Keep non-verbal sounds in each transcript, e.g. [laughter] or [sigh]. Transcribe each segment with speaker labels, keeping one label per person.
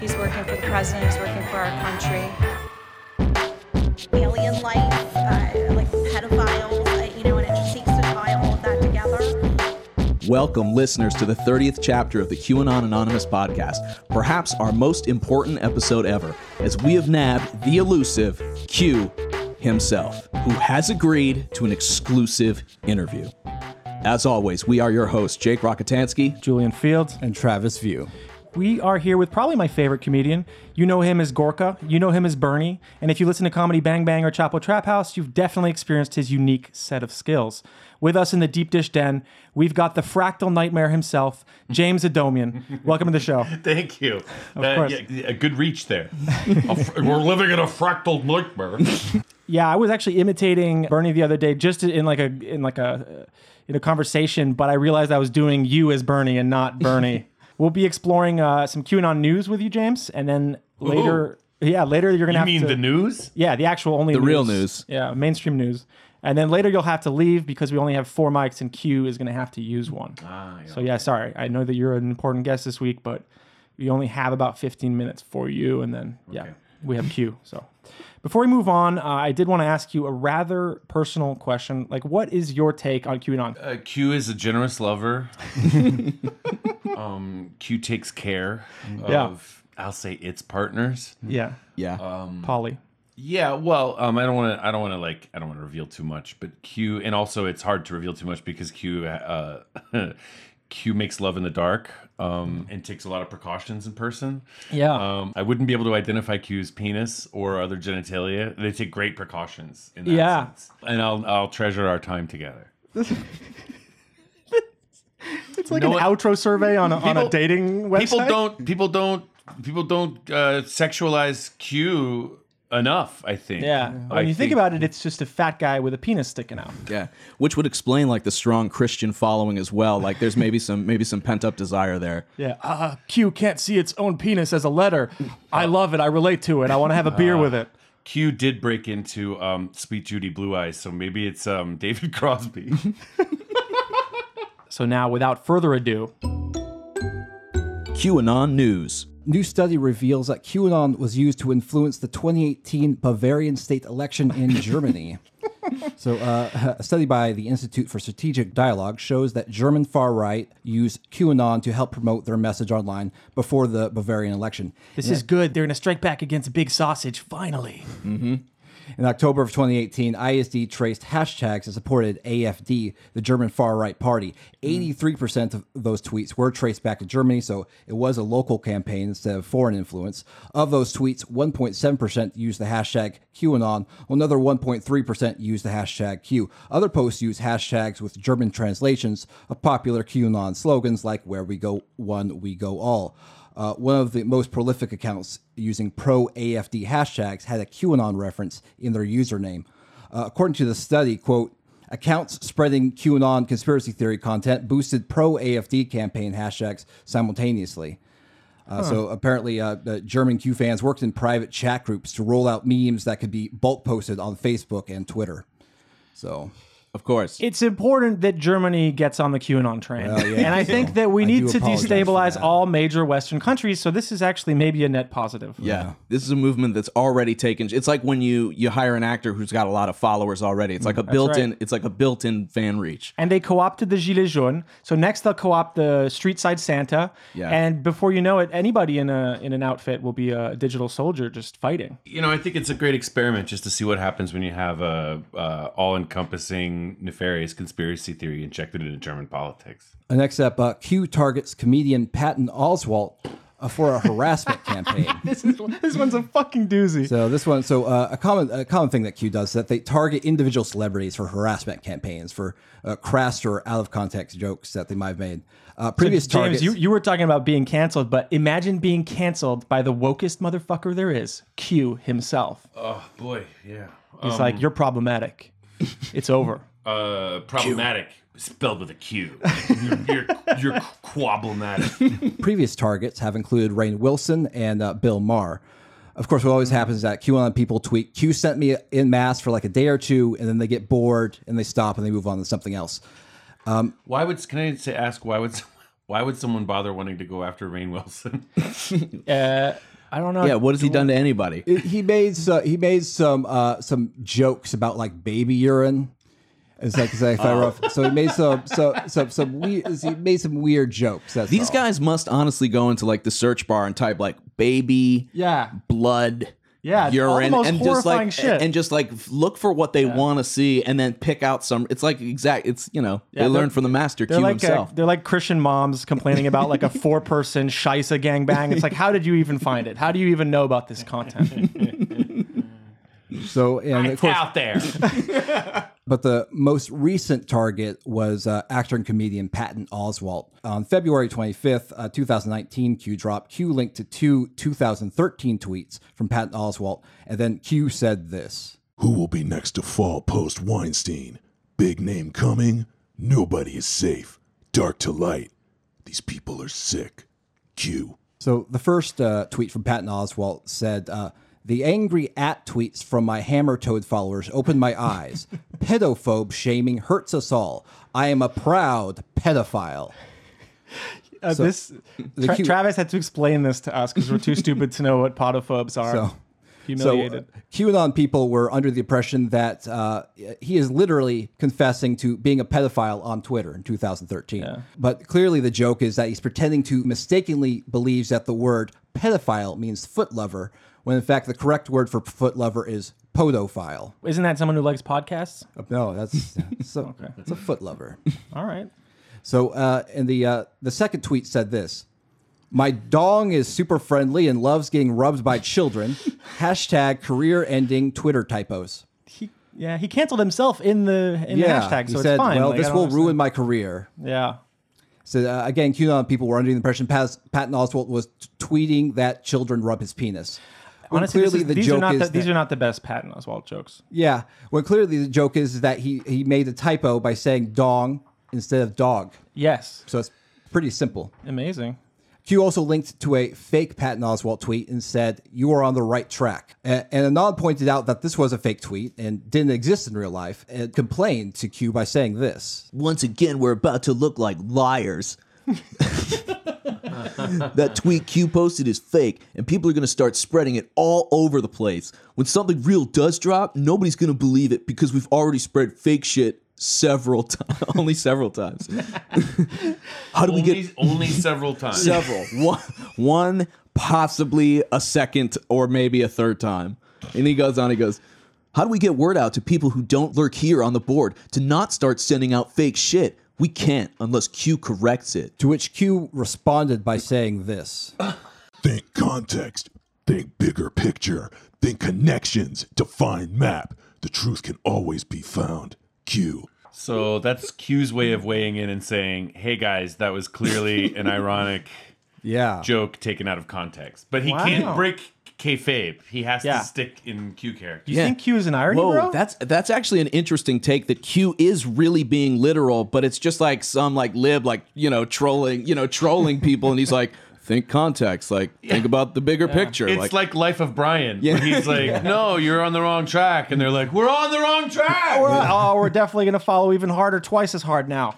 Speaker 1: He's working for the president, he's working for our country.
Speaker 2: alien life, uh, like pedophiles, uh, you know, and it just seeks to tie all of that together.
Speaker 3: Welcome, listeners, to the 30th chapter of the QAnon Anonymous podcast, perhaps our most important episode ever, as we have nabbed the elusive Q himself, who has agreed to an exclusive interview. As always, we are your hosts, Jake Rokotansky.
Speaker 4: Julian Fields.
Speaker 5: and Travis View.
Speaker 4: We are here with probably my favorite comedian. You know him as Gorka, you know him as Bernie, and if you listen to Comedy Bang Bang or Chapo Trap House, you've definitely experienced his unique set of skills. With us in the deep dish den, we've got the fractal nightmare himself, James
Speaker 6: [laughs]
Speaker 4: Adomian. Welcome to the show.
Speaker 6: Thank you. Uh,
Speaker 4: course.
Speaker 6: yeah, a good reach there. A [laughs] fr- we're living in a fractal nightmare.
Speaker 4: Yeah, I was actually imitating Bernie the other day, just in like a in like a in a conversation, but I realized I was doing you as Bernie and not
Speaker 6: [laughs]
Speaker 4: Bernie. we'll be exploring uh, some QAnon news with you, James, and then later, yeah, later you're gonna
Speaker 6: You
Speaker 4: have
Speaker 6: mean
Speaker 4: to,
Speaker 6: the news?
Speaker 4: Yeah, the actual only the
Speaker 3: real news.
Speaker 4: Yeah, mainstream news. And then later you'll have to leave because we only have four mics and Q is going to have to use one.
Speaker 6: Ah,
Speaker 4: So yeah, sorry. I know that you're an important guest this week, but we only have about 15 minutes for you, and then yeah, we have Q. So before we move on, uh, I did want to ask you a rather personal question. Like, what is your take on QAnon?
Speaker 6: Uh, Q is a generous [laughs] lover. um, Q takes care
Speaker 4: Yeah.
Speaker 6: of, I'll say, its partners.
Speaker 4: yeah,
Speaker 5: Yeah.
Speaker 6: mm.
Speaker 4: Polly.
Speaker 6: Yeah, well, um, I don't want to. I don't want to like. I don't want to reveal too much. But Q, and also it's hard to reveal too much because Q, uh, [laughs] Q makes love in the dark, um, and takes a lot of precautions in person.
Speaker 4: Yeah.
Speaker 6: um, I wouldn't be able to identify Q's penis or other genitalia. They take great precautions in that
Speaker 4: Yeah.
Speaker 6: sense. And I'll I'll treasure our time together.
Speaker 4: It's like
Speaker 6: No
Speaker 4: an
Speaker 6: one-
Speaker 4: outro survey on a, on a
Speaker 6: People-
Speaker 4: dating website.
Speaker 6: People don't. People don't. People don't uh, sexualize Q enough. I think.
Speaker 4: Yeah.
Speaker 6: I
Speaker 4: When you think about it, it's just a fat guy with a penis sticking out.
Speaker 3: Yeah, which would explain like the strong Christian following as well. Like there's maybe some maybe some pent up desire there.
Speaker 4: Yeah. Uh, Q can't see its own penis as a letter. I love it. I relate to it. I want to have a beer with it.
Speaker 6: Q did break into um, Sweet Judy Blue Eyes, so maybe it's um, [laughs] David
Speaker 4: [laughs]
Speaker 6: Crosby.
Speaker 4: So now, without further ado,
Speaker 3: QAnon news.
Speaker 5: New study reveals that QAnon was used to influence the 2018 Bavarian state election in Germany. So, uh, a study by the Institute for Strategic Dialogue shows that German far right used QAnon to help promote their message online before the Bavarian election.
Speaker 4: this is good. They're going to strike back against Big Sausage, finally.
Speaker 5: In October of 2018, ISD traced hashtags that supported AFD, the German far right party. 83% of those tweets were traced back to Germany, so it was a local campaign instead of foreign influence. Of those tweets, 1.7% used the hashtag QAnon, another 1.3% used the hashtag Q. Other posts used hashtags with German translations of popular QAnon slogans like Where We Go One, We Go All. Uh, one of the most prolific accounts using pro AFD hashtags had a QAnon reference in their username. Uh, according to the study, quote, accounts spreading QAnon conspiracy theory content boosted pro AFD campaign hashtags simultaneously. Uh, So apparently, uh, the German Q fans worked in private chat groups to roll out memes that could be bulk posted on Facebook and Twitter. So
Speaker 3: Of course.
Speaker 4: It's important that Germany gets on the QAnon train.
Speaker 5: yeah,
Speaker 4: and I
Speaker 5: so
Speaker 4: think that we
Speaker 5: I
Speaker 4: need
Speaker 5: do
Speaker 4: to
Speaker 5: apologize for
Speaker 4: destabilize
Speaker 5: that.
Speaker 4: all major Western countries. So this is actually maybe a net positive.
Speaker 3: Yeah. This is a movement that's already taken. It's like when you you hire an actor who's got a lot of followers already.
Speaker 4: Mm,
Speaker 3: It's like a built-in it's like a built-in fan reach.
Speaker 4: And they co-opted the Gilets jaunes. So next they'll co-opt the street side Santa.
Speaker 3: Yeah.
Speaker 4: And before you know it, anybody in a in an outfit will be a digital soldier just fighting.
Speaker 6: you know, I think it's a great experiment just to see what happens when you have a uh, all-encompassing nefarious conspiracy theory injected into German politics.
Speaker 5: Uh, next up, uh, Q targets comedian Patton Oswalt uh, for a harassment campaign.
Speaker 4: this, is, this one's a fucking doozy.
Speaker 5: So this one, so uh, a common a common thing that Q does is that they target individual celebrities for harassment campaigns for uh, crass or out of context jokes that they might have made. Uh, previous
Speaker 4: James,
Speaker 5: targets,
Speaker 4: you, you were talking about being canceled, but imagine being canceled by the wokest motherfucker there is, Q himself.
Speaker 6: Oh boy, yeah.
Speaker 4: He's
Speaker 5: Um,
Speaker 4: like, you're
Speaker 5: [laughs]
Speaker 4: problematic. it's over.
Speaker 6: Uh, problematic, spelled with a Q. you're you're, you're quablematic.
Speaker 5: previous targets have included Rain Wilson and uh, Bill Maher. Of course, what always
Speaker 4: Mm-hmm.
Speaker 5: happens is that QAnon people tweet, Q sent me in mass for like a day or two, and then they get bored and they stop and they move on to something else.
Speaker 6: Why would can I say ask why would why would someone bother wanting to go after Rain Wilson?
Speaker 4: Uh, I don't know.
Speaker 3: Yeah, what has he done to anybody?
Speaker 5: he made so, he made some uh, some jokes about like baby urine. It's like, it's like if I rough. So he made some so some some weird. He made some weird jokes. That's
Speaker 3: These
Speaker 5: all.
Speaker 3: guys must honestly go into like the search bar and type like baby
Speaker 4: Yeah.
Speaker 3: blood
Speaker 4: Yeah, it's
Speaker 3: urine
Speaker 4: almost
Speaker 3: and just
Speaker 4: horrifying
Speaker 3: like
Speaker 4: shit.
Speaker 3: and just like look for what they want to see and then pick out some it's like exact it's you know they
Speaker 4: they're-
Speaker 3: learn from the master
Speaker 4: They're
Speaker 3: Q
Speaker 4: like uh
Speaker 3: himself.
Speaker 4: they're like Christian moms complaining about
Speaker 5: [laughs]
Speaker 4: like a four person Shisa gangbang. It's like, how did you even find it? How do you even know about this
Speaker 5: [laughs]
Speaker 4: content?
Speaker 5: So and of
Speaker 6: It's
Speaker 5: course,
Speaker 6: out there.
Speaker 5: But the most recent target was uh, actor and comedian Patton Oswalt. On February 25th, uh, 2019, Q dropped Q linked to two 2013 tweets from Patton Oswalt, and then Q said this.
Speaker 7: Who will be next to fall post Weinstein? Big name coming? Nobody is safe. Dark to light. These people are sick. Q.
Speaker 5: So the first uh, tweet from Patton Oswalt said, uh, "The angry at tweets from my hammer toad followers opened my eyes. Pedophobe shaming hurts us all. I am a proud pedophile."
Speaker 4: Uh, this
Speaker 5: the
Speaker 4: Tra-
Speaker 5: Q-
Speaker 4: Travis had to explain this to us because we're too stupid to know what podophobes are.
Speaker 5: So-
Speaker 4: Humiliated.
Speaker 5: So, uh, QAnon people were under the impression that uh, he is literally confessing to being a pedophile on Twitter in 2013. But clearly, the joke is that he's pretending to mistakenly believes that the word pedophile means foot lover, when in fact the correct word for foot lover is podophile.
Speaker 4: Isn't that someone who likes podcasts?
Speaker 5: Oh,
Speaker 4: [laughs]
Speaker 5: No, that's it's a, it's a foot lover.
Speaker 4: All right.
Speaker 5: So, uh, and the uh, the second tweet said this: "My dong is super friendly and loves getting rubbed
Speaker 4: [laughs]
Speaker 5: by children." Hashtag career-ending Twitter typos.
Speaker 4: He yeah, he canceled himself in the in the hashtag,
Speaker 5: he
Speaker 4: so
Speaker 5: said,
Speaker 4: it's fine.
Speaker 5: "Well,
Speaker 4: Like, I
Speaker 5: this
Speaker 4: don't
Speaker 5: will
Speaker 4: understand.
Speaker 5: ruin my career."
Speaker 4: Yeah.
Speaker 5: So uh, again, QAnon people were under the impression Pat, Patton Oswalt was t- tweeting that children rub his penis. When
Speaker 4: Honestly, this
Speaker 5: clearly
Speaker 4: is-
Speaker 5: the
Speaker 4: these
Speaker 5: joke
Speaker 4: are not
Speaker 5: is
Speaker 4: the, these
Speaker 5: that-
Speaker 4: are not the best Patton Oswald jokes.
Speaker 5: yeah. When clearly the joke is that he he made a typo by saying dong instead of dog.
Speaker 4: Yes.
Speaker 5: So it's pretty simple.
Speaker 4: Amazing.
Speaker 5: Q also linked to a fake Patton Oswalt tweet and said, "You are on the right track." A- And Anand pointed out that this was a fake tweet and didn't exist in real life, and complained to Q by saying this.
Speaker 3: Once again, we're about to look like liars. [laughs] that tweet Q posted is fake, and people are going to start spreading it all over the place. When something real does drop, nobody's going to believe it because we've already spread fake shit several times, [laughs] only several times. [laughs] How do we
Speaker 6: only,
Speaker 3: get
Speaker 6: only several times.
Speaker 3: several? [laughs] One, one, possibly a second, or maybe a third time. And he goes on, he goes, How do we get word out to people who don't lurk here on the board to not start sending out fake shit? We can't unless Q corrects it.
Speaker 5: To which Q responded by saying this.
Speaker 7: Think context. Think bigger picture. Think connections. Define map. The truth can always be found. Q.
Speaker 6: So that's Q's way of weighing in and saying, "Hey guys, that was clearly an ironic
Speaker 5: Yeah.
Speaker 6: joke taken out of context." But he
Speaker 4: Wow.
Speaker 6: can't break kayfabe. He has
Speaker 4: Yeah.
Speaker 6: to stick in Q character.
Speaker 4: You think Q is an irony,
Speaker 3: Whoa,
Speaker 4: bro?
Speaker 3: Oh, that's that's actually an interesting take that Q is really being literal, but it's just like some like lib, like you know, trolling, you know, trolling people, and he's like, think context, like think about the bigger picture,
Speaker 6: It's
Speaker 3: like,
Speaker 6: like, Life of Brian. where he's like, "No, you're on the wrong track," and they're like, "We're on the wrong track."
Speaker 5: [laughs]
Speaker 4: oh, we're definitely gonna follow even harder, twice as hard now.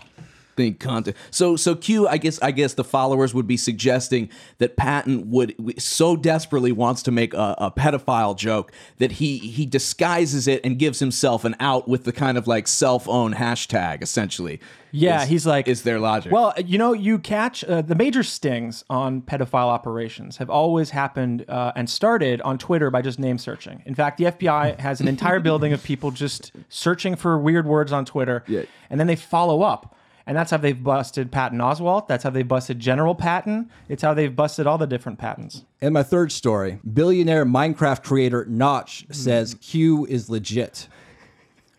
Speaker 3: think content. So so Q, I guess I guess the followers would be suggesting that Patton would so desperately wants to make a, a pedophile joke that he he disguises it and gives himself an out with the kind of like self own hashtag essentially.
Speaker 4: Yeah,
Speaker 3: Is-
Speaker 4: he's like
Speaker 3: is their logic.
Speaker 4: Well, you know, you catch uh, the major stings on pedophile operations have always happened uh, and started on Twitter by just name searching. In fact, the FBI has an entire building of people just searching for weird words on Twitter,
Speaker 3: Yeah.
Speaker 4: and then they follow up. And that's how they've busted Patton Oswalt. That's how they busted General Patton. It's how they've busted all the different patents.
Speaker 5: And my third story billionaire Minecraft creator Notch says Q is legit.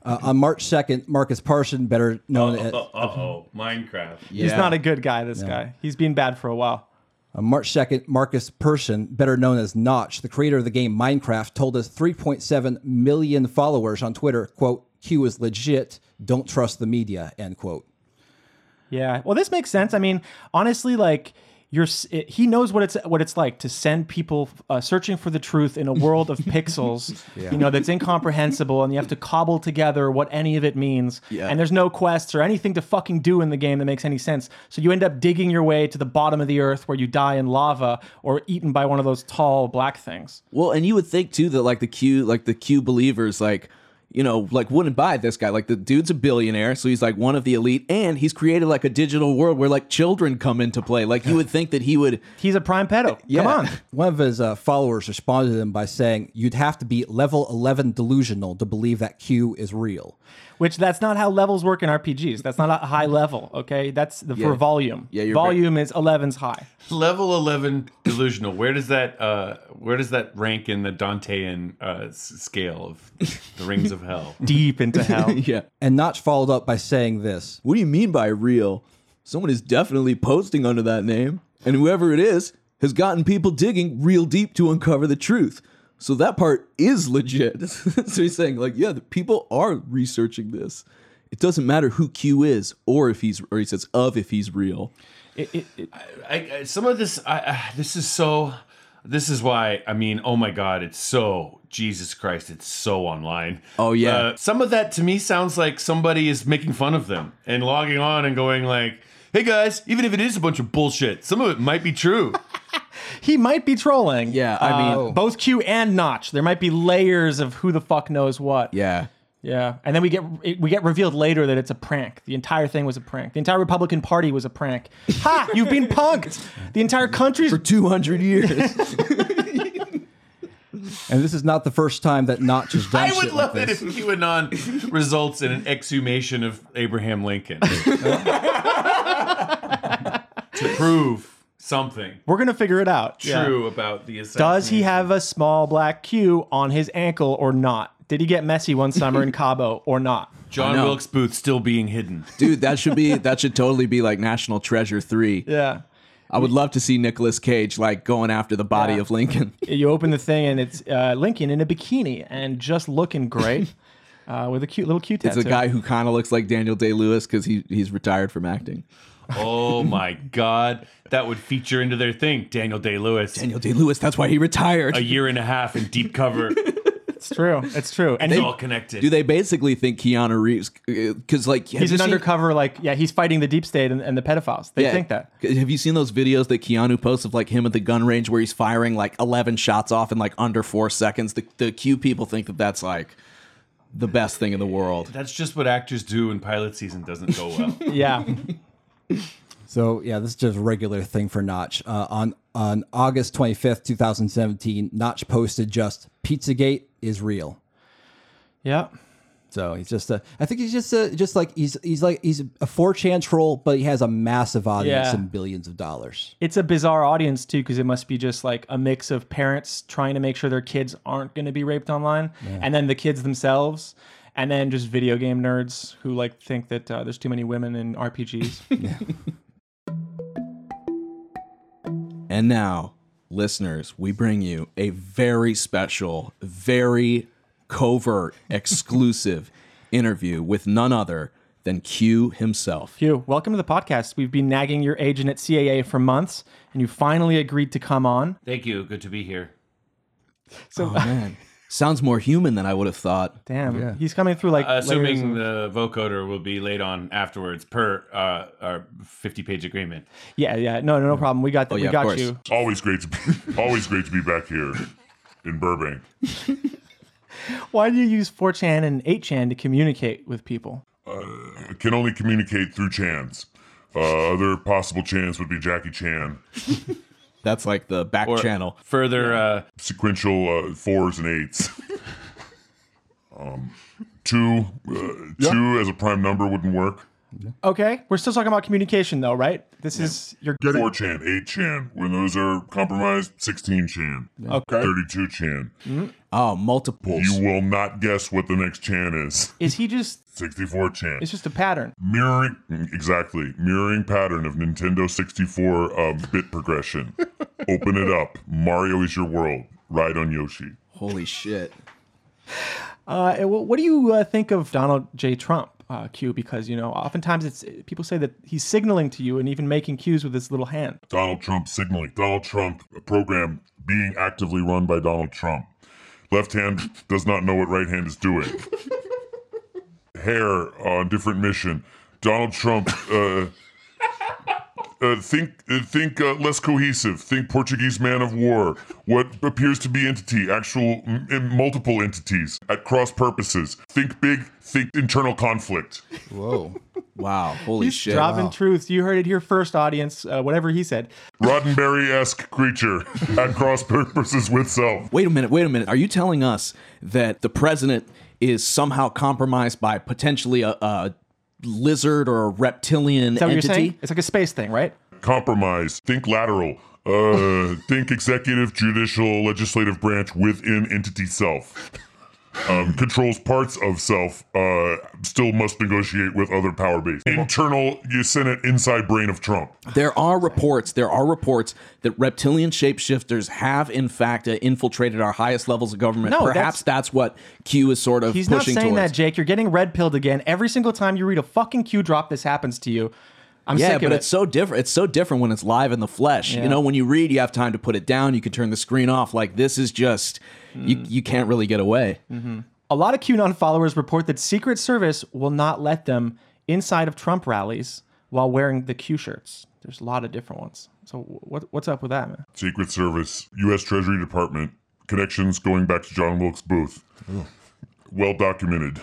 Speaker 5: Uh, on March 2nd, Marcus Parson, better known as.
Speaker 6: Uh oh, Minecraft.
Speaker 4: He's not a good guy, this guy. He's been bad for a while.
Speaker 5: On March 2nd, Marcus Persson, better known as Notch, the creator of the game Minecraft, told his 3.7 million followers on Twitter, quote, Q is legit, don't trust the media, end quote.
Speaker 4: Yeah. Well, this makes sense. I mean, honestly, like you're s- it, he knows what it's what it's like to send people uh, searching for the truth in
Speaker 3: [laughs]
Speaker 4: a world of pixels you know that's incomprehensible and you have to cobble together what any of it means
Speaker 3: Yeah.
Speaker 4: and there's no quests or anything to fucking do in the game that makes any sense so you end up digging your way to the bottom of the earth where you die in lava or eaten by one of those tall black things
Speaker 3: Well, and you would think too that like the Q, like the Q believers, like you know, like wouldn't buy this guy. Like the dude's a billionaire, so he's like one of the elite, and he's created like a digital world where like children come into play. Like you would think that he
Speaker 4: [laughs]
Speaker 3: would.
Speaker 4: he's a prime pedo
Speaker 3: [laughs] Yeah.
Speaker 4: come on
Speaker 5: One of his uh, followers responded to him by saying, You'd have to be level 11 delusional to believe that Q is real.
Speaker 4: Which that's not how levels work in RPGs. That's not a high level, okay? That's the,
Speaker 3: Yeah.
Speaker 4: for volume.
Speaker 3: Yeah, you're
Speaker 4: volume is 11's high.
Speaker 6: Level eleven delusional. Where does that uh, where does that rank in the Dantean uh, s- scale of the Rings of
Speaker 3: [laughs]
Speaker 6: Hell?
Speaker 4: Deep into hell.
Speaker 3: Yeah.
Speaker 5: And Notch followed up by saying this
Speaker 3: What do you mean by real? Someone is definitely posting under that name, and whoever it is has gotten people digging real deep to uncover the truth. So that part is legit. [laughs] so he's saying like, yeah, the people are researching this. It doesn't matter who Q is, or if he's, or he says of if he's real.
Speaker 4: It- it- it-
Speaker 6: I, I, some of this, I, I, this is so. This is why I mean, oh my God, it's so Jesus Christ, it's so online. Uh,
Speaker 3: Oh, yeah.
Speaker 6: some of that to me sounds like somebody is making fun of them and logging on and going like, "Hey guys, even if it is a bunch of bullshit, some of it might be true."
Speaker 4: he might be trolling.
Speaker 3: Yeah, I
Speaker 4: Uh,
Speaker 3: mean-
Speaker 4: both Q and Notch. There might be layers of who the fuck knows what.
Speaker 3: Yeah.
Speaker 4: Yeah. And then we get it- we get revealed later that it's a prank. The entire thing was a prank. The entire Republican Party was
Speaker 3: [laughs]
Speaker 4: a prank. Ha! You've been punked. The entire country's
Speaker 3: For 200 years.
Speaker 5: And this is not the first time that Notch has done
Speaker 6: I would
Speaker 5: shit
Speaker 6: love
Speaker 5: like
Speaker 6: it
Speaker 5: this.
Speaker 6: if
Speaker 5: [laughs]
Speaker 6: QAnon results in an exhumation of Abraham Lincoln to prove something
Speaker 4: We're going to figure it out. Yeah.
Speaker 6: true about the assassination.
Speaker 4: Does he have a small black Q on his ankle or not? Did he get messy one summer
Speaker 3: [laughs]
Speaker 4: in Cabo or not?
Speaker 6: John
Speaker 3: know.
Speaker 6: Wilkes Booth still being hidden?
Speaker 3: [laughs] Dude, that should be that should totally be like National Treasure 3.
Speaker 4: Yeah.
Speaker 3: I would love to see Nicolas Cage like going after the body
Speaker 4: Yeah.
Speaker 3: of [laughs] Lincoln.
Speaker 4: You open the thing and it's uh, Lincoln in a bikini and just
Speaker 3: [laughs]
Speaker 4: looking great uh, with a cute little Q
Speaker 3: It's
Speaker 4: tattoo.
Speaker 3: a guy who kind of looks like Daniel Day-Lewis cuz he he's retired from acting.
Speaker 6: Oh my God, that would feature into their thing. Daniel Day Lewis,
Speaker 3: Daniel Day-Lewis, that's why he retired.
Speaker 6: a year and a half in
Speaker 3: [laughs]
Speaker 6: deep cover. It's
Speaker 4: It's true. It's true. And he-
Speaker 6: all connected.
Speaker 3: Do they basically think Keanu Reeves cuz like have
Speaker 4: he's
Speaker 3: you
Speaker 4: an
Speaker 3: seen-
Speaker 4: undercover, like, yeah, he's fighting the deep state and, and the pedophiles. They
Speaker 3: Yeah.
Speaker 4: think [laughs] that.
Speaker 3: Have you seen those videos that Keanu posts of like him at the gun range where he's firing like 11 shots off in like under 4 seconds? The the Q people think that that's like the best thing in the world.
Speaker 6: That's just what actors do when pilot season doesn't go
Speaker 3: [laughs]
Speaker 6: well.
Speaker 4: Yeah.
Speaker 5: So yeah, this is just a regular thing for Notch. Uh, on on August 25th, 2017, Notch posted just Pizzagate is real.
Speaker 4: yeah.
Speaker 5: So he's just a, I think he's just a, just like he's he's like he's a 4chan troll, but he has a massive audience
Speaker 4: Yeah.
Speaker 5: and billions of dollars.
Speaker 4: It's a bizarre audience, too, because it must be just like a mix of parents trying to make sure their kids aren't going to be raped online and then the kids themselves. And then just video game nerds who like think that uh, there's too many women in [laughs] RPGs.
Speaker 3: And now, listeners, we bring you a very special, very
Speaker 4: [laughs]
Speaker 3: covert, exclusive interview with none other than Q himself.
Speaker 4: Hugh, welcome to the podcast. We've been nagging your agent at CAA for months, and you finally agreed to come on.
Speaker 6: Thank you. Good to be here.
Speaker 4: So,
Speaker 3: Oh, Man, sounds more human than I would have thought.
Speaker 4: damn, he's coming through like
Speaker 6: Uh, Assuming
Speaker 4: layers of-
Speaker 6: the vocoder will be laid on afterwards per uh, our 50 page agreement.
Speaker 4: yeah, yeah, no, no, no problem. We got, that.
Speaker 3: yeah,
Speaker 4: we
Speaker 3: of
Speaker 4: got
Speaker 3: course.
Speaker 4: you.
Speaker 8: It's always great to be, [laughs] always great to be back here in Burbank.
Speaker 4: Why do you use 4chan and 8chan to communicate with people?
Speaker 8: I can only communicate through chans. Uh, other possible chans would be Jackie Chan,
Speaker 3: That's like the back
Speaker 6: Or
Speaker 3: channel.
Speaker 6: Further, uh,
Speaker 8: sequential uh, fours and eights. [laughs] um, two, uh, two as a prime number wouldn't work.
Speaker 4: Okay, we're still talking about communication though, right? This is your
Speaker 8: Four chan, eight chan. When those are compromised, sixteen chan, thirty-two chan.
Speaker 3: Oh, multiples.
Speaker 8: You will not guess what the next chan is.
Speaker 4: is he just?
Speaker 8: Sixty-four chan.
Speaker 4: It's just a pattern.
Speaker 8: mirroring exactly mirroring pattern of Nintendo 64 um, bit progression. Open it up. Mario is your world. Ride on Yoshi.
Speaker 3: Holy shit.
Speaker 4: Uh, and wh- what do you uh, think of Donald J. Trump? uh, cue because you know oftentimes it's people say that he's signaling to you and even making cues with his little hand.
Speaker 8: Donald Trump signaling. Donald Trump, a program being actively run by Donald Trump. Left hand does not know what right hand is doing. Hair on different mission. Donald Trump, uh, uh, think uh, think uh, less cohesive. Think Portuguese man of war. What appears to be entity, actual m- m- multiple entities at cross purposes. Think big. Think internal conflict.
Speaker 5: Whoa.
Speaker 3: Wow. Holy
Speaker 4: He's
Speaker 3: shit.
Speaker 4: dropping truths. You heard it here first, audience. Uh, whatever he said.
Speaker 8: Roddenberry esque creature at cross purposes with self.
Speaker 3: Wait a minute, wait a minute. Are you telling us that the president is somehow compromised by potentially a, a lizard or a reptilian
Speaker 4: Is that what
Speaker 3: entity?
Speaker 4: you're saying? It's like a space thing, right?
Speaker 8: compromise, think lateral, uh, think executive, judicial, legislative branch within entity self. Um, controls parts of self, uh, still must negotiate with other power base. Internal, you Senate inside brain of Trump.
Speaker 3: There are reports, there are reports that reptilian shapeshifters have in fact uh, infiltrated our highest levels of government.
Speaker 4: No,
Speaker 3: Perhaps that's, what Q is sort of
Speaker 4: He's not
Speaker 3: pushing
Speaker 4: saying that,
Speaker 3: towards.
Speaker 4: Jake. You're getting red pilled again. Every single time you read a fucking Q drop, this happens to you. I'm
Speaker 3: yeah,
Speaker 4: sick
Speaker 3: but
Speaker 4: of
Speaker 3: it's so different. It's so different when it's live in the flesh. You
Speaker 4: Yeah.
Speaker 3: know, when you read, you have time to put it down. You can turn the screen off. Like this is just you.
Speaker 4: Mm.
Speaker 3: You can't really get away.
Speaker 4: A lot of QAnon followers report that Secret Service will not let them inside of Trump rallies while wearing the Q shirts. There's a lot of different ones. So what, what's up with that, man?
Speaker 8: Secret Service, U.S. Treasury Department, connections going back to John Wilkes Booth. Well documented.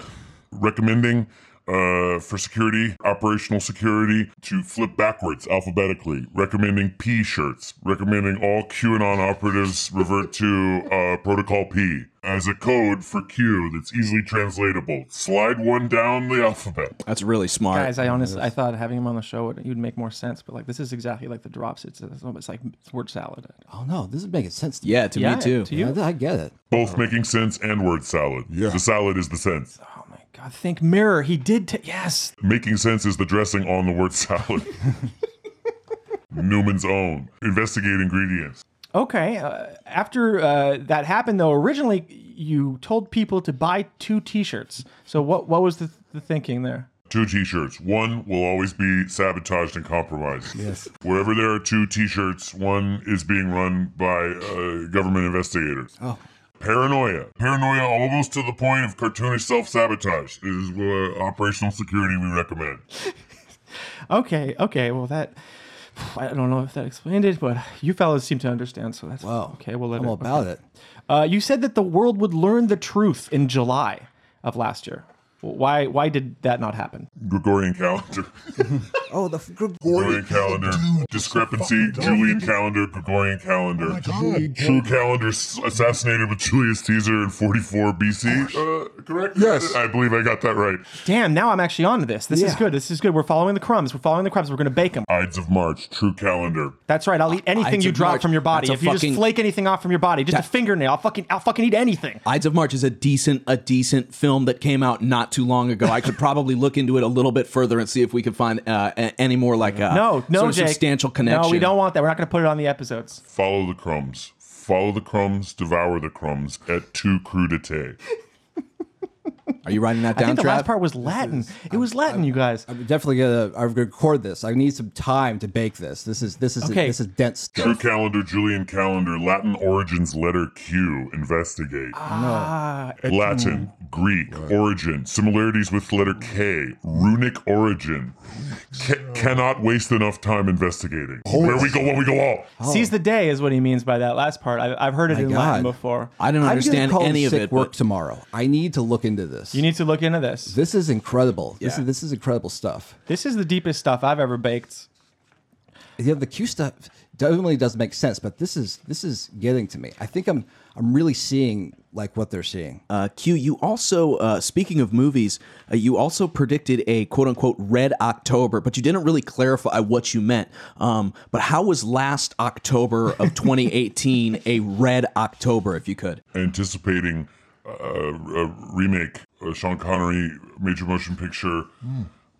Speaker 8: Recommending uh, for security, operational security, to flip backwards alphabetically. Recommending P shirts. Recommending all QAnon operatives revert to uh, Protocol P as a code for Q that's easily translatable. Slide one down the alphabet.
Speaker 3: That's really smart.
Speaker 4: Guys, I honestly, I thought having him on the show would, would make more sense, but like this is exactly like the drops. It's, it's almost like word salad.
Speaker 5: Oh no, this is making sense. To
Speaker 3: yeah, to
Speaker 4: Yeah,
Speaker 3: me too.
Speaker 4: to you.
Speaker 5: me. I, I get it.
Speaker 8: Both making sense and word salad.
Speaker 7: Yeah.
Speaker 8: The salad is the sense.
Speaker 4: Oh my God, think mirror. He did. T- yes,
Speaker 8: Making sense is the dressing on the word [laughs] salad. Newman's own. Investigate ingredients.
Speaker 4: Okay. Uh, after uh, that happened, though, originally you told people to buy two T-shirts. So what what was the, the thinking there?
Speaker 8: Two t shirts. One will always be sabotaged and compromised. Yes. Wherever there are two t shirts, one is being run by uh, government investigators. Oh. Paranoia. Paranoia almost to the point of cartoonish self sabotage is uh, operational security we recommend.
Speaker 4: Okay. Okay. Well, that I don't know if that explained it, but you fellas seem to understand, so that's
Speaker 5: Wow.
Speaker 4: okay. We'll let
Speaker 5: I'm
Speaker 4: it.
Speaker 5: all about it.
Speaker 4: Uh, you said that the world would learn the truth in July of last year. Why why did that not happen?
Speaker 8: Gregorian calendar.
Speaker 5: Oh, the f- group.
Speaker 8: Gregorian calendar. Discrepancy. Julian calendar. Gregorian calendar. True calendar s- assassinated with Julius Caesar in 44 BC. Uh, correct?
Speaker 7: Yes.
Speaker 8: I believe I got that right.
Speaker 4: Damn! Now I'm actually on to this. This is
Speaker 5: Yeah.
Speaker 4: good. This is good. We're following the crumbs. We're following the crumbs. We're gonna bake them.
Speaker 8: Ides of March. True calendar.
Speaker 4: That's right. I'll eat anything
Speaker 3: Ides
Speaker 4: you
Speaker 3: of
Speaker 4: drop
Speaker 3: March.
Speaker 4: from your body.
Speaker 3: That's
Speaker 4: If
Speaker 3: a
Speaker 4: you
Speaker 3: fucking-
Speaker 4: just flake anything off from your body, just a fingernail, I'll fucking, I'll fucking eat anything.
Speaker 3: Ides of March is a decent, a decent film that came out not too long ago. I could probably look into it a little bit further and see if we could find uh, a- any more like uh,
Speaker 4: No, no,
Speaker 3: sort of
Speaker 4: Jake.
Speaker 3: substantial connection.
Speaker 4: No, we don't want that. We're not going to put it on the episodes.
Speaker 8: Follow the crumbs. Follow the crumbs. Devour the crumbs. Et tu crudite.
Speaker 3: Are you writing that
Speaker 4: I
Speaker 3: down,
Speaker 4: think the
Speaker 3: Trav?
Speaker 4: last part was Latin. it was Latin, you guys.
Speaker 5: I'm definitely gonna. I'm gonna record this. I need some time to bake this. This is this is
Speaker 4: Okay.
Speaker 5: this is dense
Speaker 8: True
Speaker 5: stuff.
Speaker 8: calendar. Julian calendar. Latin origins. Letter Q. Investigate.
Speaker 4: Ah,
Speaker 8: Latin, Greek, origin, similarities with letter K, runic origin. Ca cannot waste enough time investigating. Where we go, what we go all.
Speaker 4: seize the day is what he means by that last part. I, I've heard it
Speaker 5: My
Speaker 4: in Latin
Speaker 5: God.
Speaker 4: before.
Speaker 3: I don't
Speaker 5: I'm gonna
Speaker 3: understand
Speaker 5: call
Speaker 3: any of
Speaker 5: sick
Speaker 3: it.
Speaker 5: Work
Speaker 3: but-
Speaker 5: tomorrow. I need to look into this.
Speaker 4: You need to look into this.
Speaker 5: this is incredible. This
Speaker 3: Yeah.
Speaker 5: is this is incredible stuff.
Speaker 4: This is the deepest stuff I've ever baked.
Speaker 5: Yeah, the Q stuff definitely does make sense, but this is this is getting to me. I think I'm I'm really seeing like what they're seeing.
Speaker 3: Uh, Q, you also, uh, speaking of movies, uh, you also predicted a quote unquote red October, but you didn't really clarify what you meant. Um, but how was last October
Speaker 4: [laughs]
Speaker 3: of 2018 a red October, if you could?
Speaker 8: Anticipating uh, a remake, uh, Sean Connery, major motion picture,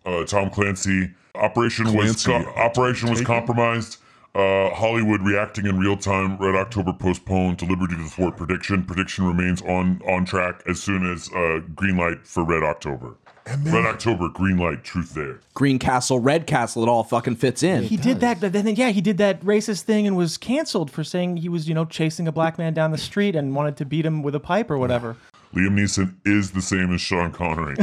Speaker 8: uh, Tom Clancy. Operation was
Speaker 7: Clancy,
Speaker 8: co- operation was
Speaker 7: taken?
Speaker 8: compromised. Uh, Hollywood reacting in real time. Red October postponed. Deliberate to thwart prediction. Prediction remains on on track as soon as uh, green light for Red October. Red October, green light, truth there.
Speaker 3: Green Castle, Red Castle, it all fucking fits in.
Speaker 4: He did that, but then yeah, he did that racist thing and was canceled for saying he was, you know, chasing a black man down the street and wanted to beat him with a pipe or [sighs] whatever.
Speaker 8: Liam Neeson is the same as Sean Connery.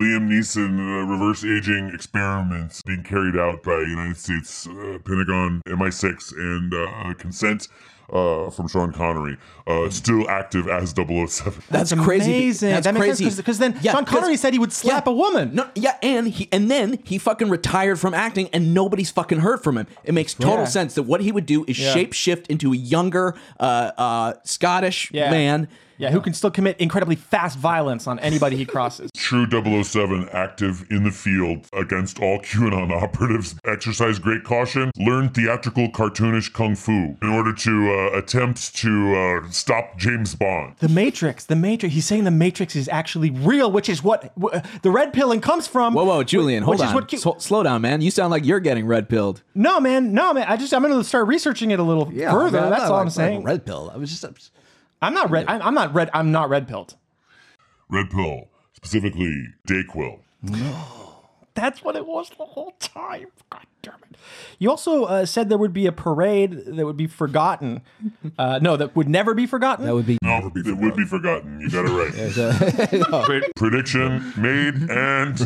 Speaker 8: Liam Neeson uh, reverse aging experiments being carried out by United States uh, Pentagon MI6 and uh, consent uh, from Sean Connery, uh, still active as 007.
Speaker 3: That's crazy.
Speaker 4: Amazing.
Speaker 3: That's
Speaker 4: that makes
Speaker 3: crazy.
Speaker 4: sense because then
Speaker 3: Yeah,
Speaker 4: Sean
Speaker 3: 'cause-
Speaker 4: Connery said he would slap
Speaker 3: Yeah.
Speaker 4: a woman.
Speaker 3: No, yeah, and he and then he fucking retired from acting, and nobody's fucking heard from him. It makes total
Speaker 4: Yeah.
Speaker 3: sense that what he would do is
Speaker 4: Yeah.
Speaker 3: shape shift into a younger uh, uh, Scottish
Speaker 4: Yeah.
Speaker 3: man.
Speaker 4: Yeah, who can still commit incredibly fast violence on anybody he crosses.
Speaker 8: True 007 active in the field against all QAnon [laughs] operatives. Exercise great caution. Learn theatrical cartoonish kung fu in order to uh, attempt to uh, stop James Bond.
Speaker 4: [laughs] The Matrix, the Matrix. He's saying the Matrix is actually real, which is what wh- the red pilling comes from.
Speaker 3: Whoa, whoa, Julian, hold
Speaker 4: which Is
Speaker 3: on,
Speaker 4: what Q-
Speaker 3: So- slow down, man. You sound like you're getting red pilled.
Speaker 4: no, man, no, man. I just I'm gonna start researching it a little further.
Speaker 5: I mean,
Speaker 4: That's all
Speaker 5: not like-
Speaker 4: I'm
Speaker 5: like
Speaker 4: saying.
Speaker 5: Red pill. I was just. I'm just- [laughs]
Speaker 4: I'm not red. I'm, I'm not red. I'm not red pilled.
Speaker 8: Red pill, specifically Dayquil.
Speaker 4: That's what it was the whole time. God damn it. You also uh, said there would be a parade that would be
Speaker 5: [laughs]
Speaker 4: forgotten. Uh, no, that would never be forgotten.
Speaker 5: That would be.
Speaker 8: No, it would be forgotten. You got it right. Pre- Prediction made and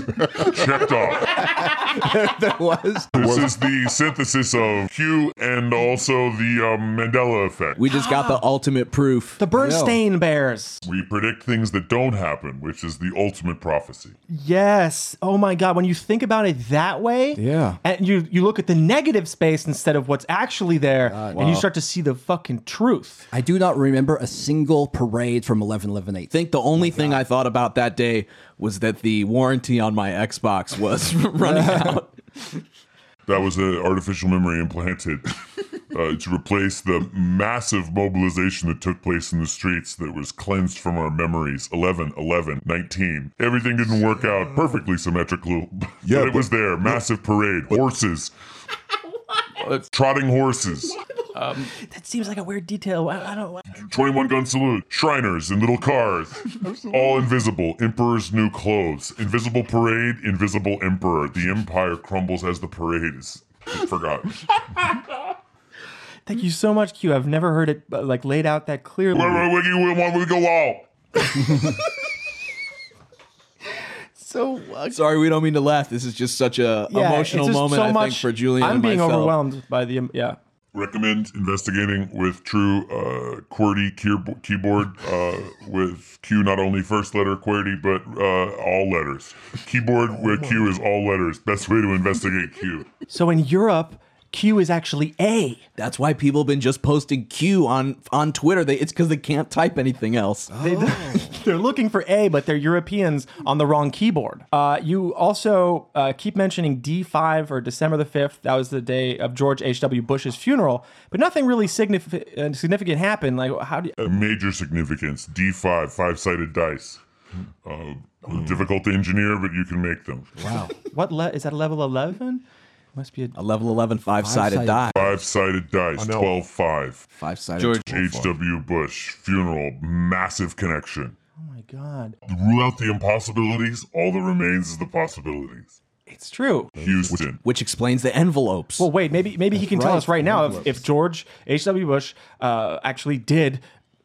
Speaker 8: checked off.
Speaker 5: That was.
Speaker 8: This is the synthesis of Q and also the um, Mandela effect.
Speaker 3: We just got the ultimate proof.
Speaker 4: Ah. the Bernstein Bears.
Speaker 8: We predict things that don't happen, which is the ultimate prophecy.
Speaker 4: Yes. Oh my God. When you think about it that way,
Speaker 5: Yeah.
Speaker 4: and you you look at the negative space instead of what's actually there, and you start to see the fucking truth.
Speaker 5: I do not remember a single parade from 11 11
Speaker 3: I think the
Speaker 4: Oh
Speaker 3: only thing I thought about that day was that the warranty on my Xbox was [laughs]
Speaker 4: [laughs]
Speaker 3: running out.
Speaker 8: That was an artificial
Speaker 4: [laughs]
Speaker 8: memory implanted uh, to replace the massive mobilization that took place in the streets that was cleansed from our memories 11, 11, 19. Everything didn't work out perfectly symmetrical, [laughs] but
Speaker 7: Yeah,
Speaker 8: it was
Speaker 7: but-
Speaker 8: there. Massive parade, horses, Uh, trotting horses,
Speaker 4: That seems like a weird detail. I, I don't.
Speaker 8: 21 gun salute, Shriners in little cars, all invisible, Emperor's new clothes, invisible parade, invisible emperor. The empire crumbles as the parade is [laughs] forgotten.
Speaker 4: Thank you so much, Q. I've never heard it uh, like laid out that clearly.
Speaker 8: Where where wiggy we want we go all.
Speaker 4: So uh,
Speaker 3: Sorry, we don't mean to laugh. This is just such a
Speaker 4: yeah,
Speaker 3: emotional
Speaker 4: it's just
Speaker 3: moment.
Speaker 4: So
Speaker 3: I
Speaker 4: much,
Speaker 3: think for Julian.
Speaker 4: I'm
Speaker 3: and
Speaker 4: being
Speaker 3: myself.
Speaker 4: overwhelmed by the um, yeah.
Speaker 8: Recommend investigating with true uh, QWERTY keyb- keyboard uh, with Q not only first letter QWERTY but uh, all letters. Keyboard where Q is all letters. Best way to investigate Q.
Speaker 4: So in Europe, Q is actually A.
Speaker 3: That's why people have been just posting Q on on Twitter. They, it's because they can't type anything
Speaker 4: [gasps]
Speaker 3: else.
Speaker 4: [laughs] They're looking for A, but they're Europeans on the wrong keyboard. Uh, you also uh, keep mentioning D5 or December the 5th. That was the day of George H.W. Bush's funeral, but nothing really signif- uh, significant happened. Like, how do you,
Speaker 8: Uh, Major significance. D5, five sided dice. Uh, Difficult to engineer, but you can make them.
Speaker 5: Wow.
Speaker 4: what le- is that level 11? Must be a. oh
Speaker 3: A level 11 five sided
Speaker 4: [laughs]
Speaker 5: Five-sided
Speaker 3: die.
Speaker 8: Five sided dice, 12 5.
Speaker 3: Five sided.
Speaker 6: George-
Speaker 8: H.W. Bush, funeral, massive connection.
Speaker 4: Oh my God.
Speaker 8: Rule out the impossibilities, all that remains is the possibilities.
Speaker 4: It's true.
Speaker 8: Houston.
Speaker 3: Which explains the envelopes.
Speaker 4: Well, Oh, wait, maybe maybe he can tell
Speaker 5: right.
Speaker 4: us right now if, if George H.W. Bush uh, actually did